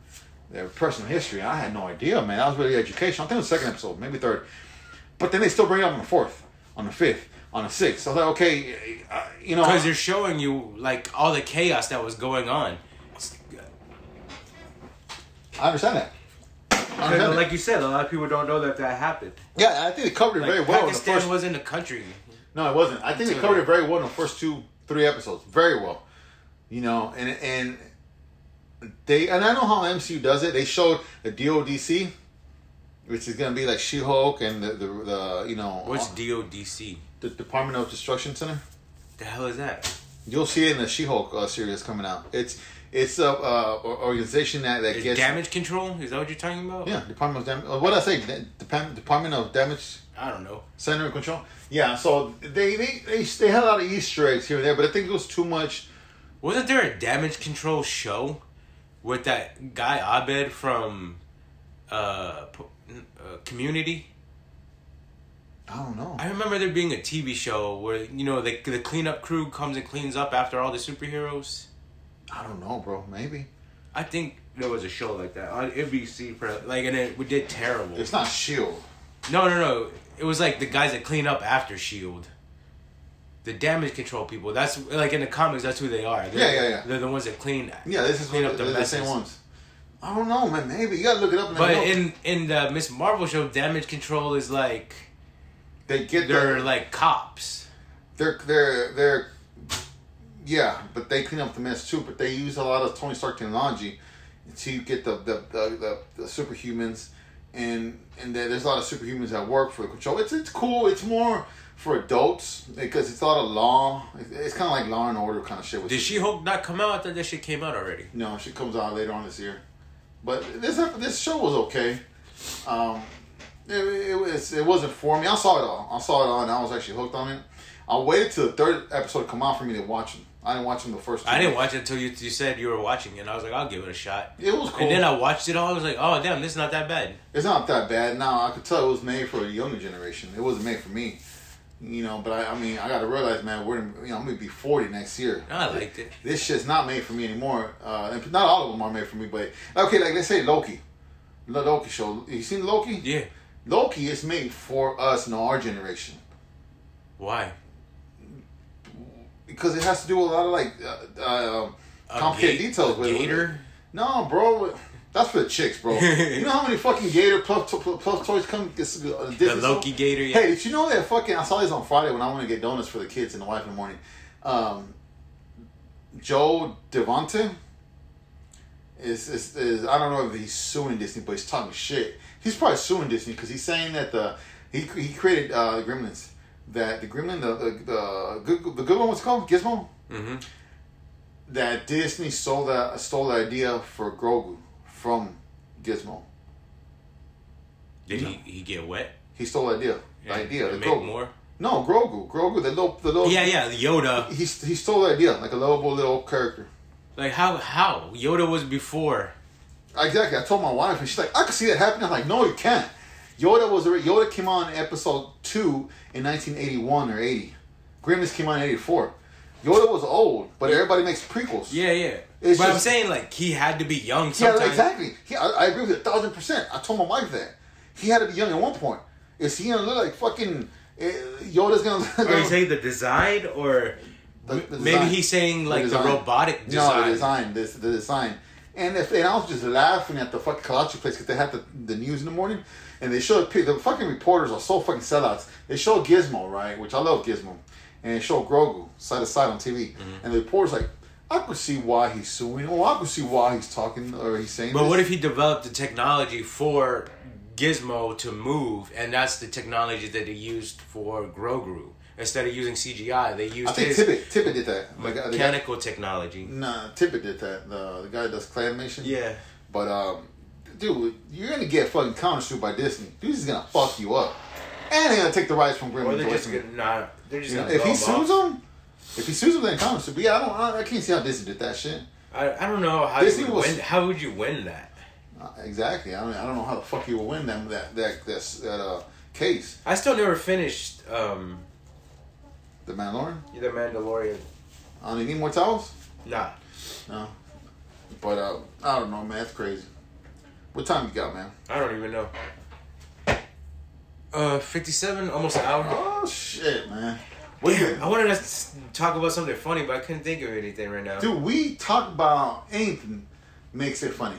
E: their personal history I had no idea man that was really educational I think it was the second episode maybe third but then they still bring it up on the fourth on the fifth on the sixth so I was like okay uh, you know
D: Because they're showing you like all the chaos that was going on.
E: I understand that I understand
D: And
E: that.
D: Like you said, a lot of people don't know that that happened.
E: Yeah, I think they covered it
D: Like,
E: very well in the
D: Pakistan
E: first.
D: was in the country.
E: no, it wasn't. I think they
D: Two.
E: covered it very well in the first two, three episodes. Very well, you know. And and they and I know how MCU does it. They showed the DODC, which is gonna be like She Hulk and the, the the you know uh,
D: What's DODC?
E: the Department of Destruction Center.
D: The hell is that?
E: You'll see it in the She Hulk uh, series coming out. It's it's a uh, or- organization that that
D: Is
E: gets
D: damage control? Is that what you're talking about?
E: yeah Department of Dam- uh, what did I say Da- Depa- Department of Damage
D: I don't know.
E: Center of Control. Yeah, so they they, they they had a lot of Easter eggs here and there, but I think it was too much.
D: Wasn't there a damage control show with that guy Abed from uh, P- uh Community?
E: I don't know.
D: I remember there being a TV show where you know the the cleanup crew comes and cleans up after all the superheroes.
E: I don't know, bro. Maybe
D: I think there was a show like that on NBC for like, and it we did terrible.
E: it's not Shield.
D: No, no, no. It was like the guys that clean up after Shield. E The damage control people. That's like in the comics. That's who they are. They're,
E: Yeah, yeah, yeah.
D: They're the ones that clean.
E: Yeah, this is
D: clean
E: what, the, the same
D: messes.
E: ones. I don't know, man. Maybe you gotta look it up. And
D: But
E: then look.
D: in in the Miss Marvel show, damage control is like
E: they get
D: they're
E: their,
D: like cops.
E: they're they're they're yeah, but they clean up the mess too. But they use a lot of Tony Stark technology to get the the the, the, the superhumans, and and there- there's a lot of superhumans that work for the control. It's it's cool. It's more for adults because it's a lot of law. It's, it's kind of like Law and Order kind of shit. With
D: Did She Hulk not come out? I thought that shit came out already.
E: No, she comes out later on this year. But this this show was okay. Um, it, it was it wasn't for me. I saw it all. I saw it all, and I was actually hooked on it. I waited till the third episode to come out for me to watch it. I didn't watch them the first. Two
D: I didn't watch it until you, you said you were watching it. And I was like, I'll give it a shot.
E: It was cool.
D: And then I watched it all. I was like, oh damn, this is not that bad.
E: it's not that bad now. I could tell it was made for a younger generation. It wasn't made for me. You know, but I, I mean, I got to realize, man, we're in- you know I'm gonna be 40 next year.
D: I liked it.
E: this shit's not made for me anymore. Uh, and not all of them are made for me, but okay, like let's say Loki, the Loki show. You seen Loki?
D: Yeah.
E: Loki is made for us in our generation
D: Why?
E: because it has to do with a lot of like uh, uh, um,
D: A
E: complicated
D: ga-
E: details.
D: a
E: with it.
D: gator?
E: No, bro. That's for the chicks, bro. you know how many fucking Gator plus, plus, plus toys come? This, uh,
D: The Loki Gator. Yeah.
E: Hey, did you know that fucking? I saw this on Friday when I went to get donuts for the kids and the wife in the morning. Um, Joe Devante is, is is I don't know if he's suing Disney, but he's talking shit. He's probably suing Disney because he's saying that the he he created uh, the Gremlins. That the Gremlin, the the, the good the good one, what's it called Gizmo.
D: Mm-hmm.
E: That Disney stole that stole the idea for Grogu from Gizmo.
D: Did he, he get wet?
E: He stole the idea. The
D: And-
E: idea.
D: and
E: The
D: make
E: Grogu.
D: more.
E: No, Grogu. Grogu. The little the little.
D: Yeah, yeah. Yoda.
E: he, he stole the idea, like a lovable little character.
D: Like how how Yoda was before.
E: Exactly. I told my wife, and she's like, I can see that happening. I'm like, no, you can't. Yoda was already, Yoda came on episode two in 1981 or 80. Grimace came on in 84. Yoda was old, but everybody makes prequels.
D: Yeah, yeah.
E: It's
D: but I'm
E: just-
D: saying like he had to be young.
E: Yeah,
D: Sometimes.
E: exactly. He, I, I agree with you a thousand percent. I told my wife that he had to be young at one point. Is he gonna look like fucking eh, Yoda's gonna?
D: Or you say the design, or
E: The- the
D: maybe
E: design.
D: he's saying like the,
E: design.
D: robotic
E: No, the
D: design.
E: design. This the design. And if, and I was just laughing at the fucking Kalachi place because they had the, the news in the morning, and they showed pe- the fucking reporters are so fucking sellouts. They showed Gizmo right, which I love Gizmo, and they showed Grogu side to side on TV,
D: Mm-hmm.
E: and the reporters like, I could see why he's suing, or I could see why he's talking or he's saying.
D: But
E: this.
D: what if he developed the technology for Gizmo to move, and that's the technology that they used for Grogu? Instead of using CGI, they used
E: I think
D: his
E: Tippett Tippett did that? Like, uh, the guy-
D: mechanical technology.
E: Nah, Tippett did that. The the guy that does claymation.
D: Yeah.
E: But um, dude, you're gonna get fucking countersued by Disney. Dude, is gonna fuck you up, and they're gonna take the rights from Grim
D: Or
E: and
D: they're
E: Joyce.
D: just gonna nah, they're just
E: You know,
D: gonna
E: if
D: blow
E: he
D: him off.
E: sues them, if he sues them, then countersued. But yeah, I don't, I, I can't see how Disney did that shit.
D: I, I don't know how
E: Disney
D: you would
E: was-
D: win, how would you win that?
E: Uh, exactly. I don't, I don't know how the fuck you will win them that that that, that uh, case.
D: I still never finished um
E: The Mandalorian.
D: The Mandalorian.
E: I don't need more towels.
D: Nah.
E: No. But uh, I don't know, man. That's crazy. What time you got, man?
D: I don't even know. Uh, fifty-seven, almost an hour.
E: Oh shit, man. What you-
D: Damn, I wanted us to talk about something funny, but I couldn't think of anything right now.
E: Dude, we talk about anything makes it funny.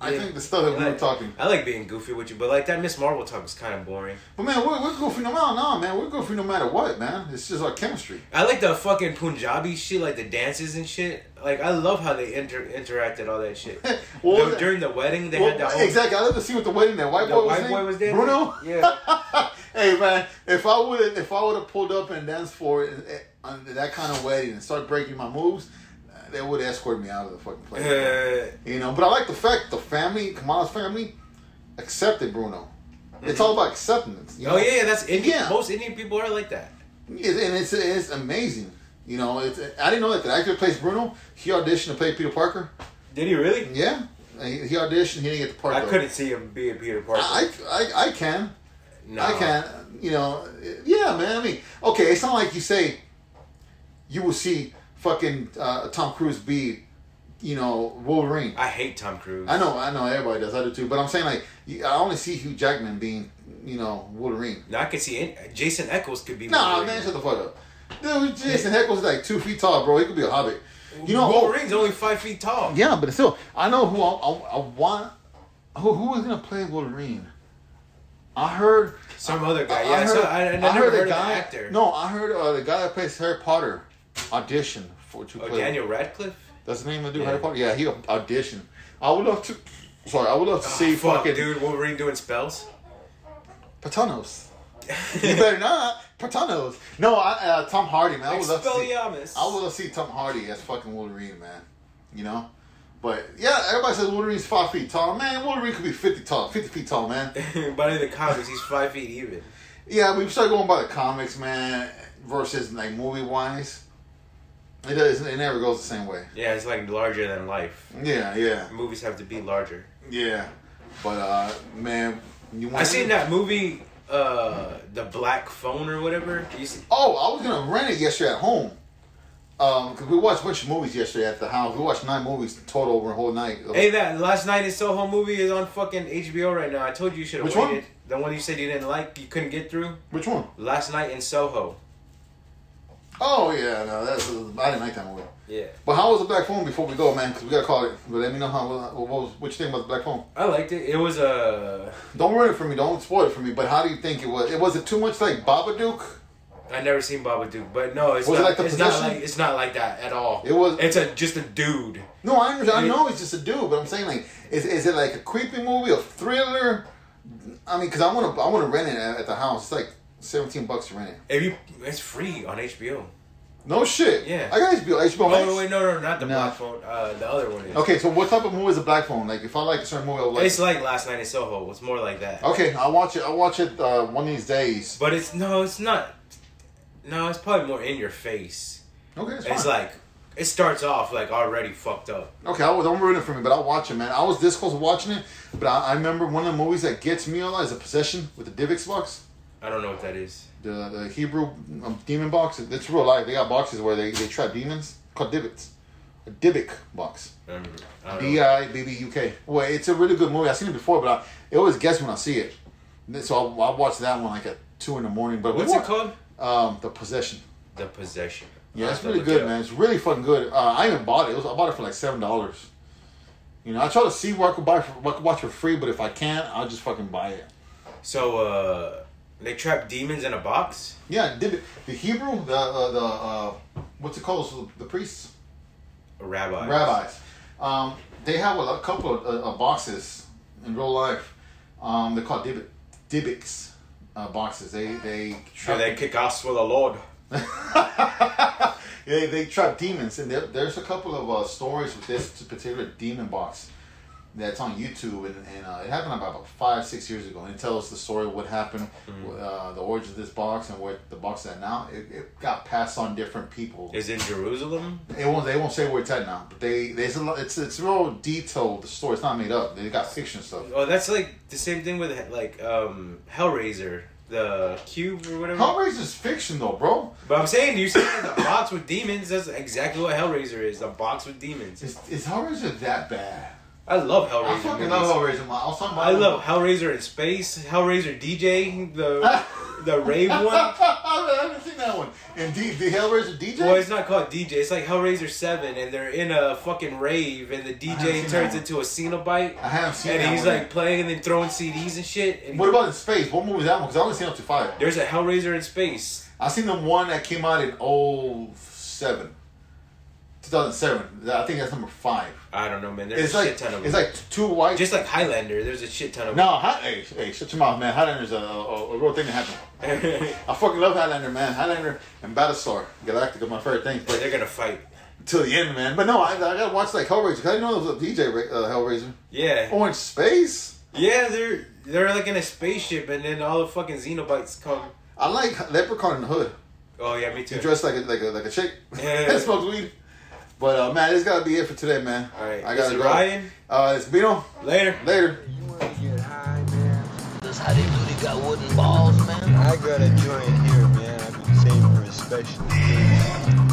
E: I
D: Yeah.
E: think the stuff that we
D: I
E: were
D: like-
E: talking.
D: I like being goofy with you, but like that Miss Marvel talk is kind of boring.
E: But man, we're, we're goofy no matter no man. We're goofy no matter what, man. It's just our chemistry.
D: I like the fucking Punjabi shit, like the dances and shit. Like I love how they inter- interacted all that shit.
E: What
D: The-
E: was that?
D: during the wedding, they
E: Well,
D: had the whole
E: exactly. I love to see what the wedding that white
D: the
E: boy was
D: white
E: saying.
D: boy was dancing.
E: Bruno.
D: Yeah.
E: hey man, if I would if I would have pulled up and danced for it eh, on that kind of wedding and start breaking my moves, uh, they would have escorted me out of the fucking place.
D: Uh,
E: You know, but I like the fact the family, Kamala's family, accepted Bruno. It's all about acceptance. You know?
D: Mm-hmm. oh yeah, yeah, that's Indian.
E: Yeah.
D: Most Indian people are like that.
E: It, and it's it's amazing. You know, it's I didn't know that the actor that plays Bruno. He auditioned to play Peter Parker.
D: Did he really?
E: Yeah, he, he auditioned. He didn't get the part.
D: I
E: though.
D: couldn't see him being Peter Parker.
E: I, I I can.
G: No.
E: I can. You know, yeah, man. I mean, okay, it's not like you say you will see fucking uh, Tom Cruise be, you know, Wolverine.
D: I hate Tom Cruise.
E: I know, I know, everybody does. I do too. But I'm saying like, you- I only see Hugh Jackman being, you know, Wolverine.
D: Now I could see in, Jason Eccles could be.
E: Nah,
D: Wolverine.
E: man, shut the fuck up. Dude, Jason Heckles is like two feet tall, bro. He could be a hobbit. You know, oh,
D: Wolverine's only five feet tall.
E: Yeah, but still, I know who I, I, I want. Who who is gonna play Wolverine? I heard.
D: Some other guy.
E: I,
D: yeah,
E: I heard,
D: so I, I, never heard,
E: heard, the
D: of
E: guy.
D: the actor.
E: No, I heard uh, the guy that plays Harry Potter audition for to
D: Oh,
E: play.
D: Daniel Radcliffe.
E: That's the name of the dude,
D: Yeah.
E: Harry Potter. Yeah, he auditioned. I would love to. Sorry, I would love to see
D: Ah, Oh, fuck,
E: fucking
D: dude, Wolverine doing spells.
E: Patanos. you better not Patanos. No, I, uh, Tom Hardy man. I would love to see.
D: Expelliarmus.
E: I would love to see Tom Hardy as fucking Wolverine, man. You know? But yeah, everybody says Wolverine's five feet tall. Man, Wolverine could be fifty tall, fifty feet tall, man.
D: but in the comics, he's five feet even.
E: yeah, we start going by the comics, man, versus like movie wise. It does it never goes the same way.
D: Yeah, it's like larger than life.
E: Yeah, yeah.
D: Movies have to be larger.
E: Yeah. But uh man, you want
D: I seen that movie, uh, the Black Phone or whatever. You see,
E: Oh, I was gonna rent it yesterday at home. Um, 'cause we watched a bunch of movies yesterday at the house. We watched nine movies total over a whole night.
D: hey, that last night in Soho movie is on fucking HBO right now. I told you you should have
E: Which
D: waited.
E: one?
D: The one you said you didn't like, you couldn't get through.
E: Which one?
D: Last night in Soho.
E: Oh yeah, no, that's I didn't like that movie.
D: Yeah,
E: But how was the black phone before we go, man? Because we gotta call it. But let me know how what, was, what you think about the black phone.
D: I liked it. It was Uh,
E: Don't ruin it for me. Don't spoil it for me. But how do you think it was? It was it too much like Babadook?
D: I never seen Babadook, but no, it's
E: Was it
D: not.
E: like the
D: it's
E: Possession?
D: not like it's not like that at all.
E: It was-
D: It's a just a dude.
E: No, I understand. I know it's just a dude, but I'm saying like, is, is it like a creepy movie, a thriller? I mean, because I want to I want to rent it at, at the house. It's like seventeen bucks to rent it.
D: If you, it's free on HBO.
E: No shit.
D: Yeah.
E: I got HBO. HBO Max.
D: Oh wait, no, no, not the
E: No.
D: black phone. Uh, the other one is.
E: Okay, so what type of movie is a black phone? Like, if I like a certain movie, I'll like.
D: It's like Last Night in Soho. It's more like that.
E: okay, I'll watch it. I'll watch it uh, one of these days.
D: But it's no, it's not. No, it's probably more in your face.
E: Okay, it's,
D: It's
E: fine.
D: like it starts off like already fucked up.
E: Okay, I was, don't ruin it for me, but I'll watch it, man. I was this close to watching it, but I, I remember one of the movies that gets me a lot is The Possession with the Divx box,
D: I don't know what that is.
E: the, the Hebrew um, demon box. It's real life. They got boxes where they, they trap demons called Divots. A Divic box.
D: I don't remember. I don't
E: D
D: know.
E: I B B U K. Well, it's a really good movie. I've seen it before, but I, it always gets when I see it. So I'll, I'll watch that one like at 2 in the morning. But
D: What's it called?
E: Um, the Possession.
D: The Possession.
E: Yeah,
D: I'll
E: it's
D: have to
E: really
D: look
E: good,
D: it up.
E: man. It's really fucking good. Uh, I even bought it. it was, I bought it for like seven dollars. You know, I try to see where I could buy, for, what I could watch for free, but if I can't, I'll just fucking buy it.
D: So uh, they trap demons in a box.
E: Yeah, did it. the Hebrew, the uh, the uh, what's it called? So the priests,
D: A rabbi.
E: rabbis. Um, they have a, a couple of uh, uh, boxes in real life. Um, they're called dib- dibbicks uh, boxes. They they
D: Sure, they kick ass for the Lord.
E: they, they trap demons, and there, there's a couple of uh, stories with this particular demon box that's on YouTube, and, and uh, it happened about five six years ago, and it tells the story of what happened, uh, the origin of this box, and where the box is at now. It, it got passed on different people.
D: Is in Jerusalem.
E: It won't they won't say where it's at now, but they there's a lot, it's it's real detailed. The story it's not made up. They got fiction stuff.
D: Oh, that's like the same thing with like um Hellraiser, the cube or whatever.
E: Hellraiser's fiction though, bro.
D: But I'm saying you said the box with demons. That's exactly what Hellraiser is. The box with demons.
E: Is, is Hellraiser that bad?
D: I love
E: I
D: Hellraiser.
E: fucking
D: movies.
E: love Hellraiser. man. I was talking about
D: I love Hellraiser in space. Hellraiser DJ, the the rave one.
E: I haven't seen that one. And D, the Hellraiser DJ.
D: Well, it's not called DJ. It's like Hellraiser Seven, and they're in a fucking rave, and the
E: haven't seen
D: DJ
E: that
D: turns
E: one.
D: into a Cenobite,
E: I haven't seen that
D: and he's
E: one.
D: like playing and then throwing CDs and shit. And
E: what about in space? What movie is that one? Because I only seen up to five.
D: there's a Hellraiser in space.
E: I seen the one that came out in 07. 2007. I think that's number five.
D: I don't know, man. There's
E: It's
D: a
E: like
D: shit ton of
E: it's
D: them.
E: like two white.
D: Just like Highlander, there's a shit ton of
E: no, Hi- hey, hey, shut your mouth, man. Highlander's a, a, a real thing that happened. I fucking love Highlander, man. Highlander and Battlestar Galactica, my favorite thing. But
D: They're gonna fight.
E: till the end, man. But no, I, I gotta watch like Hellraiser. 'cause I didn't know there was a DJ ra- uh, Hellraiser.
D: Yeah.
E: Orange Space.
D: Yeah, they're they're like in a spaceship, and then all the fucking xenobites come.
E: I like Leprechaun in the Hood.
D: Oh yeah, me too.
E: You dress like a like a like a chick.
D: Yeah.
E: and smokes weed. But uh, man, this gotta be it for today, man.
D: All right,
E: I
D: this
E: gotta
D: is
E: go.
D: Ryan.
E: Uh, it's Beano.
D: Later.
E: Later.
B: You wanna get high, man? The
C: That's how they really got wooden balls, man.
B: I got a joint here, man. I've been saving for a special occasion.